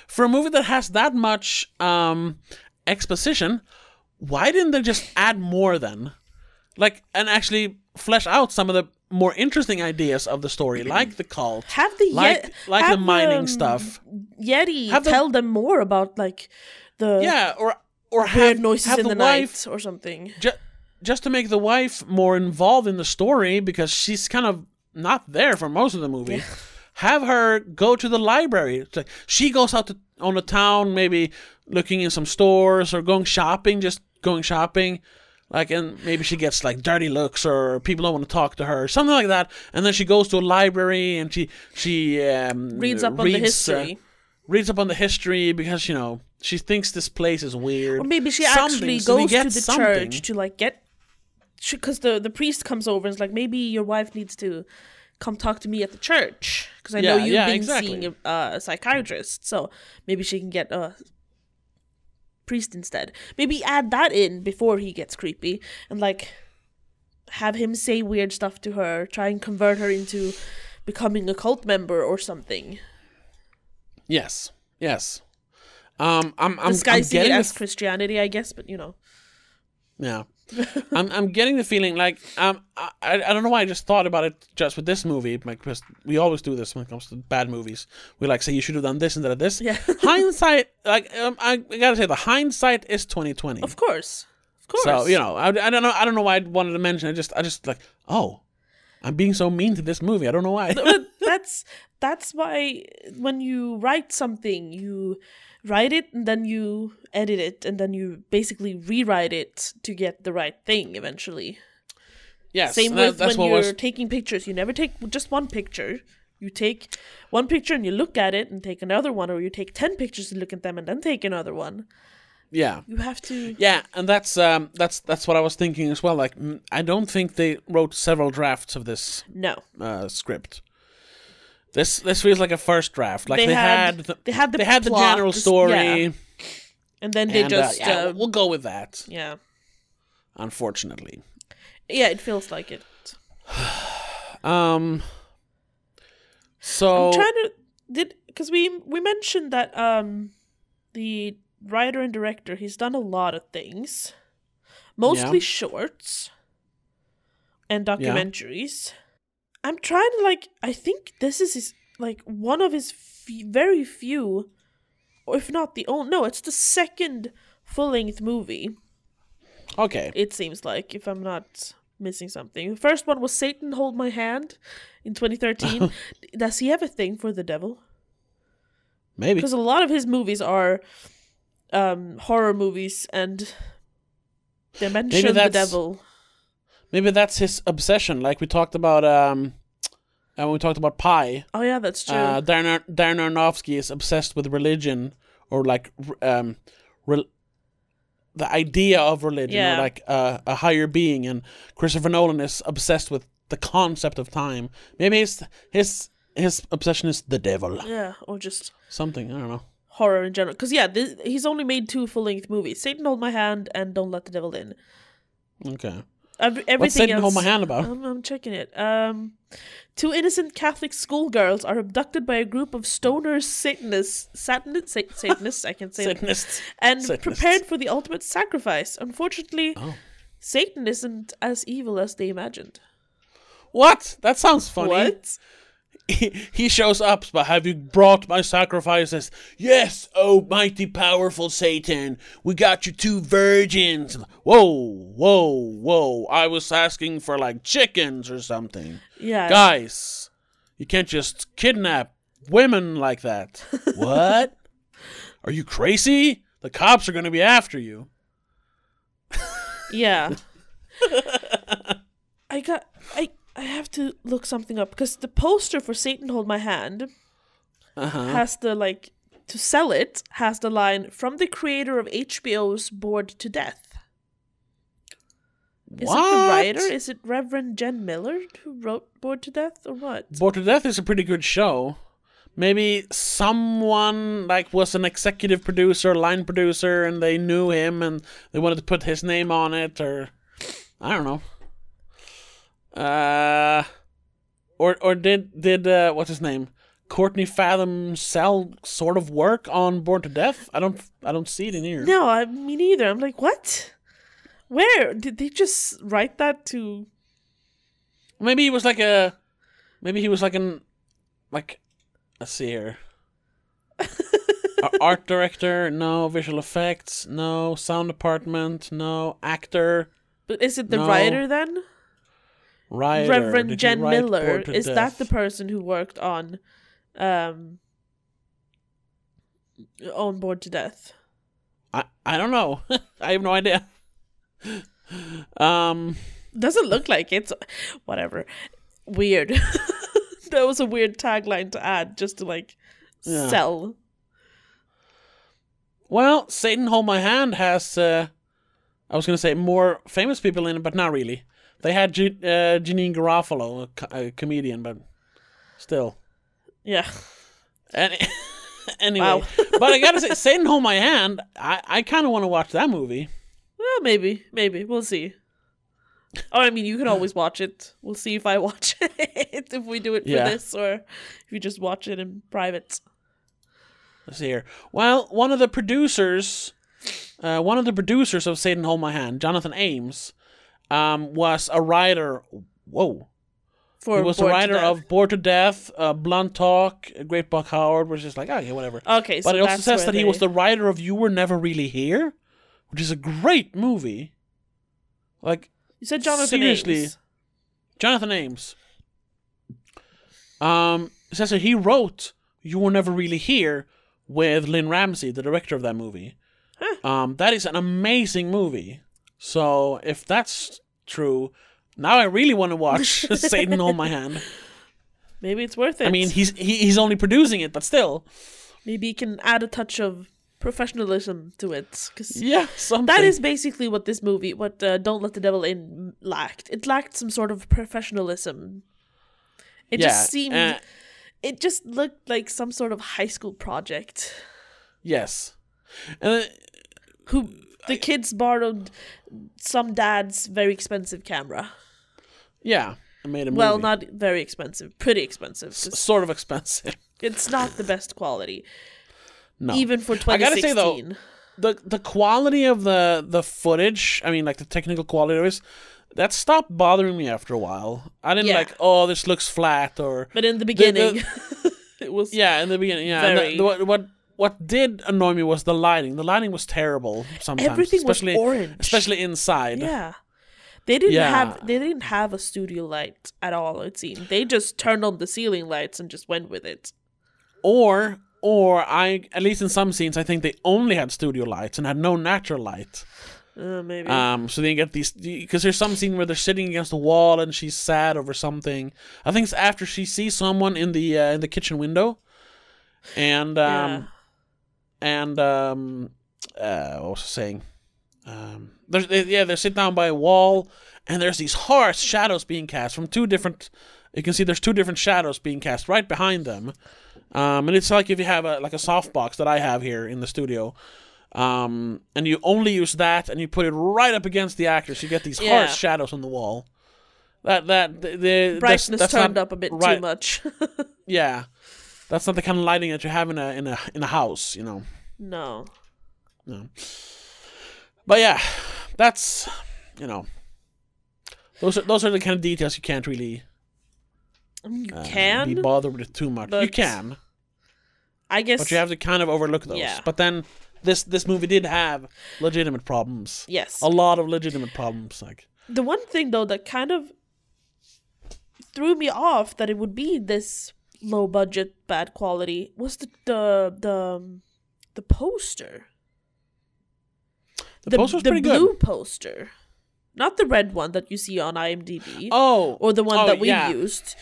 for a movie that has that much um exposition why didn't they just add more then like and actually flesh out some of the more interesting ideas of the story like the cult Have the like Ye- like the have, mining um, stuff Yeti Have the- tell them more about like the yeah or or weird have, noises have in the, the, wife night or something. ju- just to make the wife more involved in the story because she's kind of not there for most of the movie. Have her go to the library. It's like she goes out to, on the town, maybe looking in some stores or going shopping, just going shopping. Like and maybe she gets like dirty looks or people don't want to talk to her or something like that. And then she goes to a library and she she um, Reads up on the reads, uh, history. reads up on the history because you know she thinks this place is weird. Or maybe she Something, actually so we goes get to the something. church to like get, because the the priest comes over and is like, maybe your wife needs to come talk to me at the church because I know Yeah, you've yeah, been exactly. seeing a, uh, a psychiatrist, so maybe she can get a priest instead. Maybe add that in before he gets creepy and like have him say weird stuff to her, try and convert her into becoming a cult member or something, Yes. Yes. Um, I'm I'm, I'm disguising it getting as this, Christianity, I guess. But you know, yeah. I'm I'm getting the feeling like um I I I don't know why I just thought about it just with this movie like because we always do this when it comes to bad movies we like say you should have done this instead of this Yeah. hindsight like um, I, I gotta say the hindsight is twenty twenty of course, Of course. So you know, I, I don't know. I don't know why I wanted to mention. it. just I just like oh, I'm being so mean to this movie. I don't know why. But that's that's why when you write something, you write it and then you edit it and then you basically rewrite it to get the right thing eventually. yes, Same that- with that's when what you're was. taking pictures. You never take just one picture. You take one picture and you look at it and take another one, or you take ten pictures and look at them and then take another one. Yeah. You have to. Yeah, and that's um, that's that's what I was thinking as well. Like, mm, I don't think they wrote several drafts of this No, uh, script. This this feels like a first draft. Like They they, had- had, the, they had the they had the plot, general this- story, yeah. and then they and uh, just yeah, uh, we'll go with that. yeah, Unfortunately, yeah. It feels like it. um, so I'm trying to did because we we mentioned that um the writer and director he's done a lot of things, mostly shorts and documentaries. I'm trying to like I think this is his like one of his f- very few, or if not the only no, it's the second full length movie. okay, It seems like if I'm not missing something. The first one was Satan Hold My Hand in 2013. Does he have a thing for the devil? maybe because a lot of his movies are um, horror movies and they mention the that's- devil. maybe that's his obsession. Like we talked about, um, uh, when we talked about pie. Oh yeah, that's true. Uh, Darren, Ar- Darren Aronofsky is obsessed with religion or like r- um, rel- the idea of religion Yeah. or like uh, a higher being, and Christopher Nolan is obsessed with the concept of time. Maybe his his his obsession is the devil, yeah, or just something I don't know. horror in general. Because yeah, this, he's only made two full-length movies: Satan Hold My Hand and Don't Let the Devil In. Okay, Every, everything what's Satan else, hold my hand about? I'm, I'm checking it. Um, two innocent Catholic schoolgirls are abducted by a group of stoners, Satanists, Satanists, Sat- Satanists. I can say that. Satanists. and Satanists. prepared for the ultimate sacrifice. Unfortunately, Oh. Satan isn't as evil as they imagined. What? That sounds funny. What? he, he shows up, but have you brought my sacrifices? Yes, oh mighty powerful Satan, we got you two virgins. Whoa, whoa, whoa. I was asking for like chickens or something. Yeah. Guys, you can't just kidnap women like that. what? Are you crazy? The cops are going to be after you. Yeah. I got I I have to look something up because the poster for Satan Hold My Hand Uh-huh. has the like to sell it has the line from the creator of HBO's Bored to Death. Is it the What? writer? Is it Reverend Jen Miller who wrote Bored to Death or what? Bored to Death is a pretty good show. Maybe someone like was an executive producer, line producer, and they knew him and they wanted to put his name on it, or I don't know. Uh, or or did did uh, what's his name, Courtney Fathom, sell sort of work on Born to Death? I don't I don't see it in here. No, I me neither. I'm like, what? Where did they just write that to? Maybe he was like a, maybe he was like an, like, let's see here. A art director, no. Visual effects, no. Sound department, no. Actor, But is it the No. writer then? writer. Did he Reverend Jen write Miller. Bored to Is Death? that the person who worked on, um, on board to death? I I don't know. I have no idea. Um. Doesn't look like it. so- Whatever. Weird. that was a weird tagline to add, just to like Yeah. sell. Well, Satan Hold My Hand has. Uh, I was gonna say more famous people in it, but not really. They had G- uh, Janine Garofalo, a, co- a comedian, but still. Yeah. Any- anyway, Wow. but I gotta say, Satan Hold My Hand. I, I kind of want to watch that movie. Well, Eh, maybe, maybe we'll see. Or I mean, you can always watch it. We'll see if I watch it, if we do it Yeah. for this, or if you just watch it in private. Let's see here. Well, one of the producers, uh, one of the producers of Satan Hold My Hand, Jonathan Ames, um, was a writer. Whoa, For he was a Bored to writer Death. of Bored to Death, uh, Blunt Talk, uh, Great Buck Howard, which is like okay, whatever. Okay, so but it also that's says where that he they- was the writer of You Were Never Really Here, which is a great movie. Like You said Jonathan Seriously. Ames. Jonathan Ames. Um, says that he wrote "You Were Never Really Here" with Lynn Ramsey, the director of that movie. Um, that is an amazing movie. So if that's true, now I really want to watch Satan Hold My Hand. Maybe it's worth it. I mean, he's he, he's only producing it, but still, maybe you can add a touch of professionalism to it because yeah, something. that is basically what this movie, what uh, Don't Let the Devil In lacked. It lacked some sort of professionalism. It yeah, just seemed. uh, it just looked like some sort of high school project. yes, and uh, Who the kids borrowed some dad's very expensive camera. yeah, I made a movie. Well, not very expensive, pretty expensive. 'cause sort of expensive. It's not the best quality, No, even for I gotta 2016. say, though, the the quality of the the footage i mean like the technical quality of it that stopped bothering me after a while i didn't Yeah. like oh this looks flat or but in the the- beginning, it was yeah in the beginning yeah and the- Very. the- what, what what did annoy me was the lighting the lighting was terrible sometimes everything was especially orange. especially inside Yeah. They didn't Yeah. have they didn't have a studio light at all, it seemed. They just turned on the ceiling lights and just went with it. or or i at least in some scenes i think they only had studio lights and had no natural light Uh, maybe. Um, so they get these because there's some scene where they're sitting against the wall and she's sad over something. I think it's after she sees someone in the uh, in the kitchen window, and um, Yeah. and um, uh, what was I saying? Um, there's they, yeah, they're sitting down by a wall, and there's these harsh shadows being cast from two different. You can see there's two different shadows being cast right behind them, um, and it's like if you have a like a softbox that I have here in the studio, um, and you only use that, and you put it right up against the actors. You get these Yeah. harsh shadows on the wall. That that the, the Brightness that's, that's turned not up a bit right. too much. Yeah, that's not the kind of lighting that you have in a in a in a house, you know. no. But yeah, that's you know, those are those are the kind of details you can't really I mean, You uh, can. be bothered with too much. you but- can, I guess but you have to kind of overlook those. Yeah. But then this this movie did have legitimate problems, yes. a lot of legitimate problems. Like the one thing though that kind of threw me off that it would be this low budget, bad quality was the the the, um, the poster. the, poster was pretty blue good. poster, not the red one that you see on IMDb Oh, or the one oh, that we yeah. used,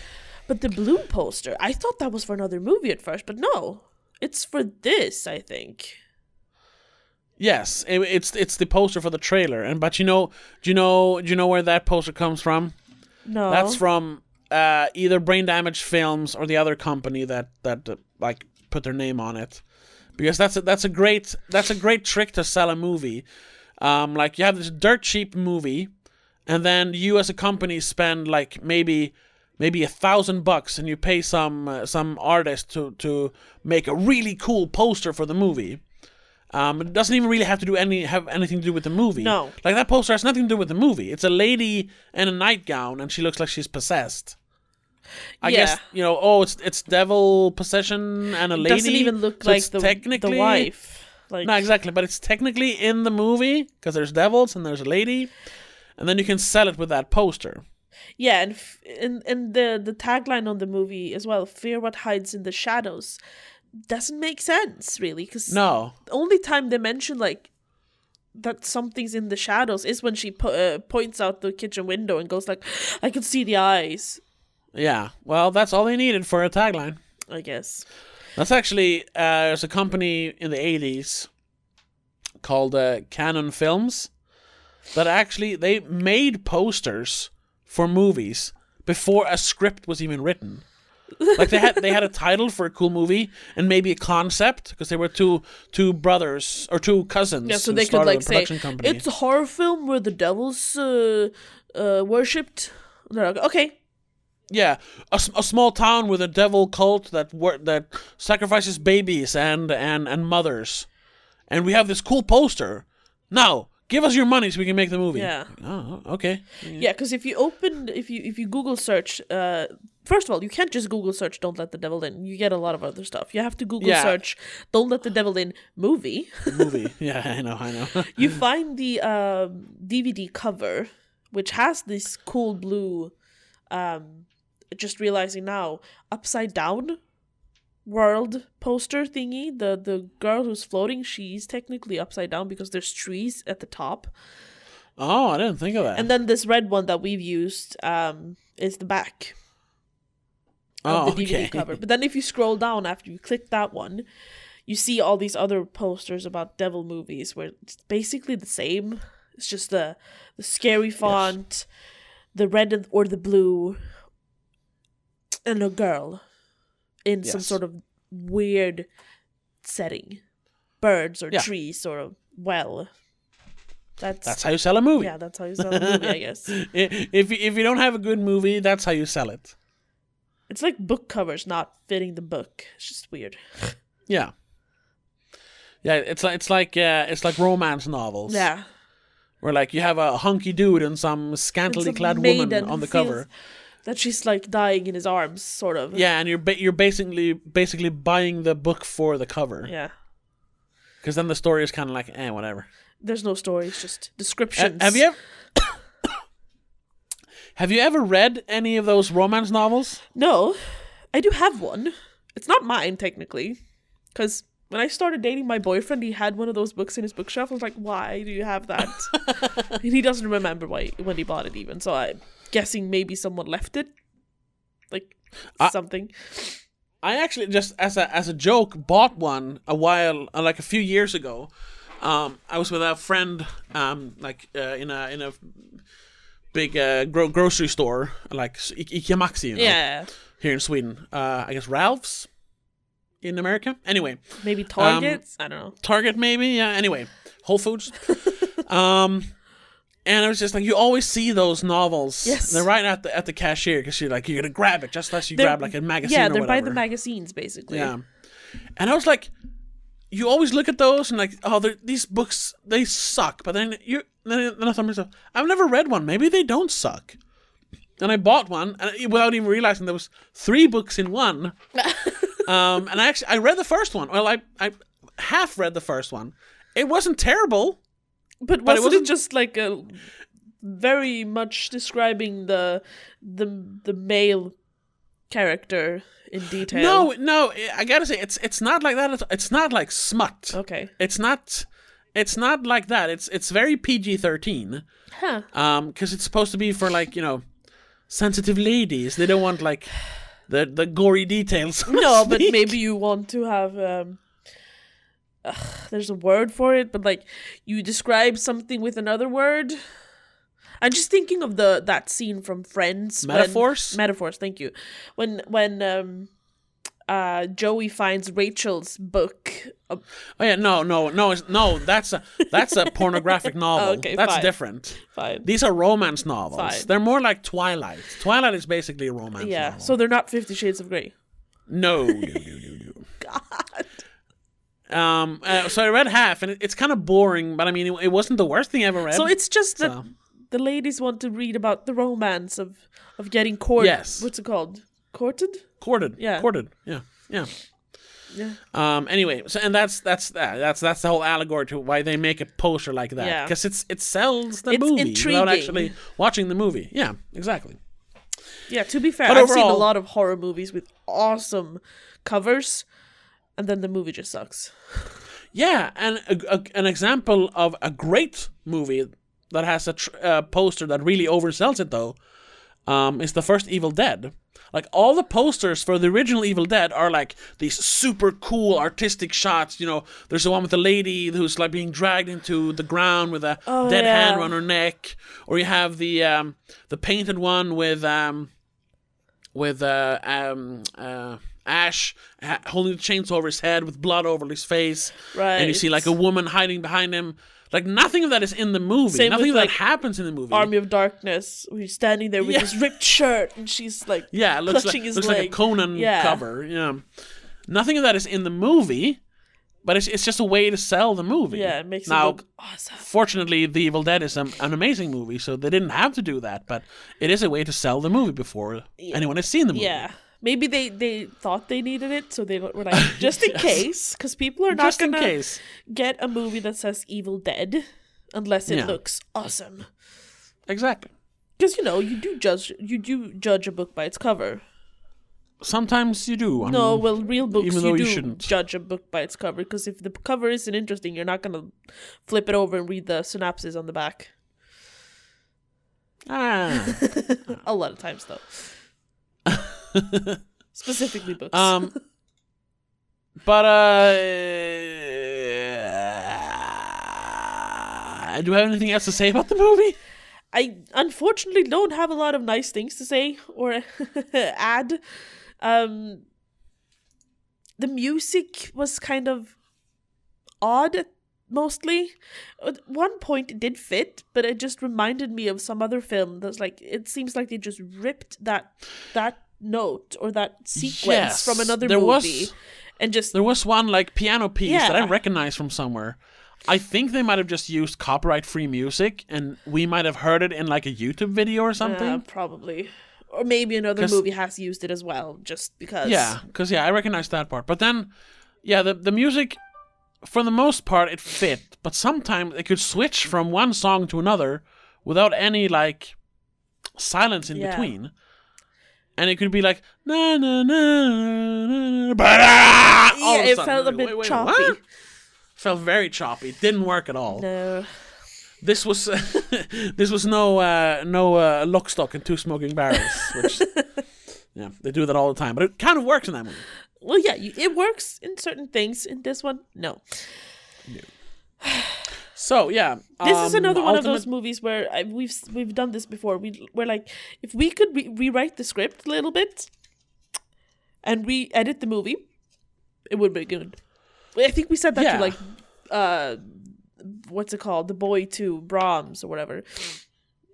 but the blue poster. I thought that was for another movie at first, but no, it's for this. I think. Yes, it, it's it's the poster for the trailer. And but you know, do you know do you know where that poster comes from? No, That's from uh, either Brain Damage Films or the other company that that uh, like put their name on it, because that's a, that's a great that's a great trick to sell a movie. Um, like you have this dirt cheap movie, and then you as a company spend like maybe maybe a thousand bucks, and you pay some uh, some artist to to make a really cool poster for the movie. Um, it doesn't even really have to do any have anything to do with the movie. No. like that poster has nothing to do with the movie. It's a lady in a nightgown, and she looks like she's possessed. I Yeah. guess you know. Oh, it's it's devil possession and a lady. doesn't even look so like it's the technically the wife. Like No, exactly. But it's technically in the movie because there's devils and there's a lady, and then you can sell it with that poster. yeah, and f- and and the the tagline on the movie as well. Fear what hides in the shadows doesn't make sense really because No, the only time they mention like that something's in the shadows is when she po- uh, points out the kitchen window and goes like i can see the eyes yeah. Well, that's all they needed for a tagline. i guess That's actually uh, there's a company in the '80s called uh, Canon Films that actually they made posters for movies before a script was even written. like they had they had a title for a cool movie and maybe a concept because they were two two brothers or two cousins. yeah so who they could started like a say production company. it's a horror film where the devil's uh, uh worshipped And they're like okay Yeah, a, s- a small town with a devil cult that wor- that sacrifices babies and and and mothers, and we have this cool poster. Now, give us your money so we can make the movie. Yeah. Oh, okay. yeah because if you open if you if you google search uh First of all, you can't just Google search "Don't Let the Devil In." You get a lot of other stuff. You have to Google Yeah. search "Don't Let the Devil In" movie. movie. Yeah, I know, I know. you find the um, DVD cover which has this cool blue um just realizing now upside down world poster thingy the the girl who's floating she's technically upside down because there's trees at the top Oh, I didn't think of that. and then this red one that we've used um is the back oh, of the DVD okay. cover. But then if you scroll down after you click that one, you see all these other posters about devil movies where it's basically the same. It's just the the scary font, the red and, or the blue, and a girl in some Yes. sort of weird setting, birds or Yeah. trees or a well. That's, That's how you sell a movie. yeah, that's how you sell a movie, I guess. I- If you- if you don't have a good movie, that's how you sell it. It's like book covers not fitting the book. It's just weird. Yeah. Yeah, it's like it's like uh, it's like romance novels. Yeah. Where like you have a hunky dude and some It's scantily a clad maiden woman on who the cover. feels That she's like dying in his arms, sort of. Yeah, and you're ba- you're basically basically buying the book for the cover. Yeah. Because then the story is kind of like, eh, whatever. There's no story, it's just Uh, descriptions. have you ever have you ever read any of those romance novels? No. I do have one. It's not mine, technically. Because when I started dating my boyfriend, he had one of those books in his bookshelf. I was like, why do you have that? and he doesn't remember why, when he bought it, even. So I'm guessing maybe someone left it. Like I- something. I actually just as a as a joke bought one a while uh, like a few years ago. Um, I was with a friend um, like uh, in a in a big uh, gro- grocery store like s- I- IKEA Maxi, you know, Yeah. here in Sweden. Uh, I guess Ralph's in America. Anyway, Maybe Um, targets. I don't know. Target maybe. Yeah. Anyway, Whole Foods. um, and I was just like, you always see those novels. Yes. They're right at the at the cashier because you're like, you're gonna grab it just as you They're- grab like a magazine. Yeah, or they're by the whatever. magazines, basically. Yeah. And I was like, you always look at those and like, oh, they're- these books they suck. But then you, then I thought to myself, I've never read one. Maybe they don't suck. And I bought one, and without even realizing there was three books in one. um, and I actually I read the first one. Well, I I half read the first one. It wasn't terrible. But, But it wasn't it, wasn't- just like a very much describing the the the male character in detail? No, no. I gotta say, it's it's not like that. It's, it's not like smut. Okay. It's not. It's not like that. It's it's very PG thirteen. Huh. um because it's supposed to be for like you know sensitive ladies they don't want like the the gory details so to No, but speak. maybe you want to have um ugh, there's a word for it, but like you describe something with another word. I'm just thinking of the that scene from Friends. when- Metaphors? metaphors, thank you. When when um uh Joey finds Rachel's book uh, oh yeah no no no it's, no that's a that's a pornographic novel Okay, that's fine. different fine. these are romance novels Fine. they're more like twilight twilight is basically a romance Yeah, novel. so they're not Fifty Shades of Grey. no no no no no God. Um, uh, so I read half, and it, it's kind of boring, but I mean, it, it wasn't the worst thing I ever read. So it's just that So- the ladies want to read about the romance of of getting courted. Yes. What's it called? Courted? courted, Yeah. courted, yeah, yeah. Yeah. Um. Anyway, so and that's that's that. That's that's the whole allegory to why they make a poster like that Yeah. because it's it sells the It's movie intriguing. without actually watching the movie. Yeah, exactly. Yeah, to be fair, But I've seen a overall- lot of horror movies with awesome covers and then the movie just sucks. Yeah, and a, a- an example of a great movie that has a tr- uh, poster that really oversells it though, um, is the first Evil Dead. Like all the posters for the original Evil Dead are like these super cool artistic shots. You know, there's the one with the lady who's like being dragged into the ground with a Oh, dead yeah. hand around her neck, or you have the um, the painted one with um, with uh, um, uh, Ash ha- holding the chainsaw over his head with blood over his face, and you see Right. like a woman hiding behind him. Like nothing of that is in the movie. Same nothing of with, that like, happens in the movie. Army of Darkness, where he's standing there with Yeah. his ripped shirt and she's like Yeah, it looks clutching like his looks like a leg. Conan Yeah. cover. Yeah, nothing of that is in the movie, but it's it's just a way to sell the movie. Yeah, it makes now. it look awesome. Fortunately, The Evil Dead is an, an amazing movie, so they didn't have to do that. But it is a way to sell the movie before anyone has seen the movie. Yeah. Maybe they, they thought they needed it, so they were like, just in case, because people are not just in gonna case. get a movie that says Evil Dead unless it Yeah. looks awesome. Exactly. Because you know you do judge you do judge a book by its cover. Sometimes you do. I No, mean, well, real books Um, even you though do you shouldn't. judge a book by its cover because if the p- cover isn't interesting, you're not gonna flip it over and read the synopsis on the back. ah. a lot of times, though. Specifically books. Um, but uh, do we have anything else to say about the movie? I unfortunately don't have a lot of nice things to say or add. Um, the music was kind of odd at- mostly. At one point it did fit, but it just reminded me of some other film that's like it seems like they just ripped that that note or that sequence Yes, from another there movie was- and just There was one like piano piece that I Yeah. recognized from somewhere. I think they might have just used copyright-free music, and we might have heard it in like a YouTube video or something. uh, probably or maybe another 'Cause- movie has used it as well just because Yeah, because yeah, I recognize that part. But then, yeah, the the music, for the most part, it fit. But sometimes it could switch from one song to another without any like silence in Yeah. between, and it could be like na na na na na, na ba-da! all Yeah, of it sudden. felt a Wait, bit wait, wait, choppy. what? Felt very choppy. It didn't work at all. No. This was this was no uh, no uh, lock stock and two smoking barrels. Which, yeah, they do that all the time, but it kind of works in that movie. Well, yeah, you, it works in certain things. In this one, no. So yeah, This is um, another one of ultimate- those movies where I, we've s- we've done this before. We we're like, if we could re- rewrite the script a little bit, and re-edit the movie, it would be good. I think we said that Yeah. to like, uh, what's it called, the boy to Brahms or whatever.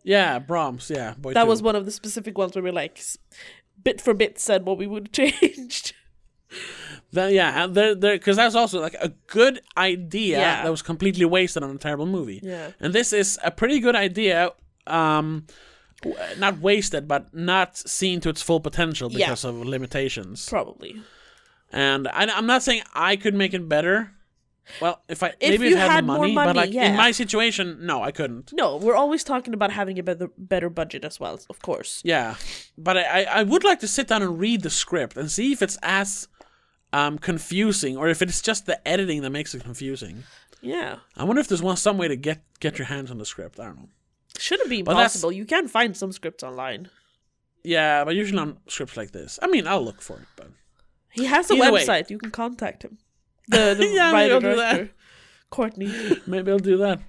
Yeah, Brahms. Yeah, boy That two. was one of the specific ones where we like, s- bit for bit said what we would have changed. That- yeah, uh, there, there, because that's also like a good idea Yeah. that was completely wasted on a terrible movie. Yeah. and this is a pretty good idea. Um, w- not wasted, but not seen to its full potential Yeah. because of limitations. Probably. and I, I'm not saying I could make it better. Well, if I If maybe you if I had, had the more money, but money, like in yeah. my situation, no, I couldn't. No, we're always talking about having a better better budget as well, of course. Yeah, but I, I I would like to sit down and read the script and see if it's as um, confusing or if it's just the editing that makes it confusing. Yeah. I wonder if there's one some way to get get your hands on the script. I don't know. Shouldn't be Well, that's- impossible. you can find some scripts online. Yeah, but usually on scripts like this. I mean, I'll look for it, but He has a Either way. website. You can contact him. The, the Yeah, maybe writer I'll do that. director, Courtney. maybe I'll do that.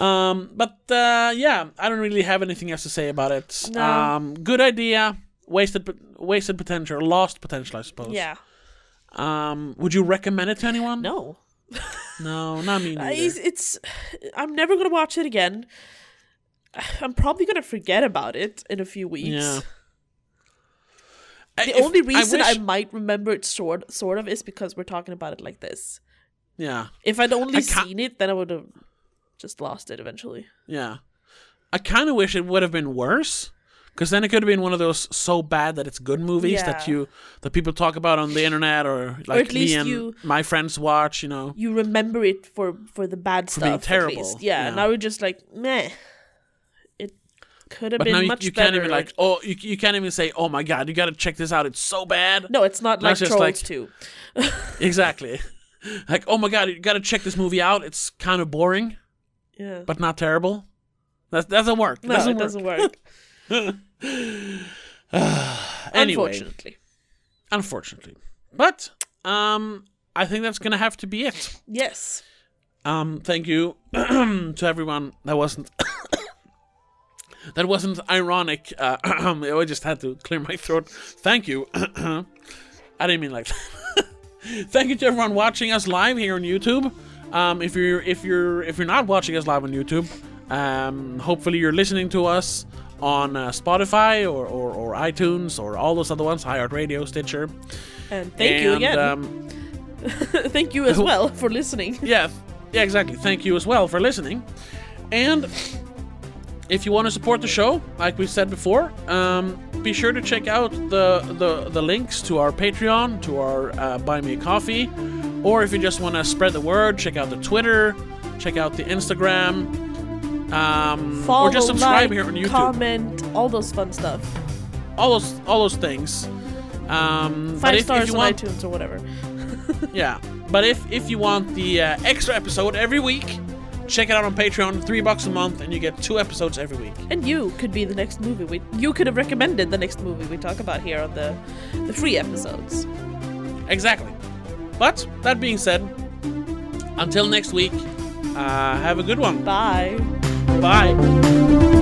Um, but uh, yeah, I don't really have anything else to say about it. No. Um, good idea, wasted pot- wasted potential, lost potential, I suppose. yeah. Um, would you recommend it to anyone? No. Uh, no, not me. I- Neither. it's, it's. I'm never gonna watch it again. I'm probably gonna forget about it in a few weeks. Yeah. The If- only reason I, wish- might remember it sort sort of is because we're talking about it like this. yeah If I'd only I can't- seen it, then I would have just lost it eventually. yeah i kind of wish it would have been worse because then it could have been one of those so bad that it's good movies that Yeah. you that people talk about on the internet or like at least me and you- my friends watch you know you remember it for for the bad being stuff. terrible, At least. Yeah, yeah. Now we're just like meh. It could have but been now you, much you better. can't even like oh you, you can't even say oh my god you gotta check this out it's so bad no, it's not now like it's just Trolls like- Two. exactly like oh my god you gotta check this movie out it's kind of boring Yeah. but not terrible that doesn't work no, it doesn't work. anyway Unfortunately. unfortunately but um i think that's gonna have to be it Yes. Um, thank you to everyone that wasn't that wasn't ironic. Uh, I just had to clear my throat. Thank you. I didn't mean like that. thank you to everyone watching us live here on YouTube. Um, if you're if you're if you're not watching us live on YouTube, um, hopefully you're listening to us on uh, Spotify or, or or iTunes or all those other ones, iHeartRadio, Stitcher. And thank you And, again. Um, thank you as well for listening. yeah, th- yeah, exactly. Thank you as well for listening. And if you want to support the show, like we said before, um, be sure to check out the, the the links to our Patreon, to our uh, Buy Me a Coffee, or if you just want to spread the word, check out the Twitter, check out the Instagram. Um, Follow, or just subscribe like, here on YouTube. comment, all those fun stuff. all those all those things. Um, but Five if, stars if you on want, iTunes or whatever. yeah. But if if you want the uh, extra episode every week, check it out on Patreon. Three bucks a month, and you get two episodes every week. And you could be the next movie we you could have recommended the next movie we talk about here on the the free episodes. Exactly. But that being said, until next week, uh, have a good one. Bye. Bye.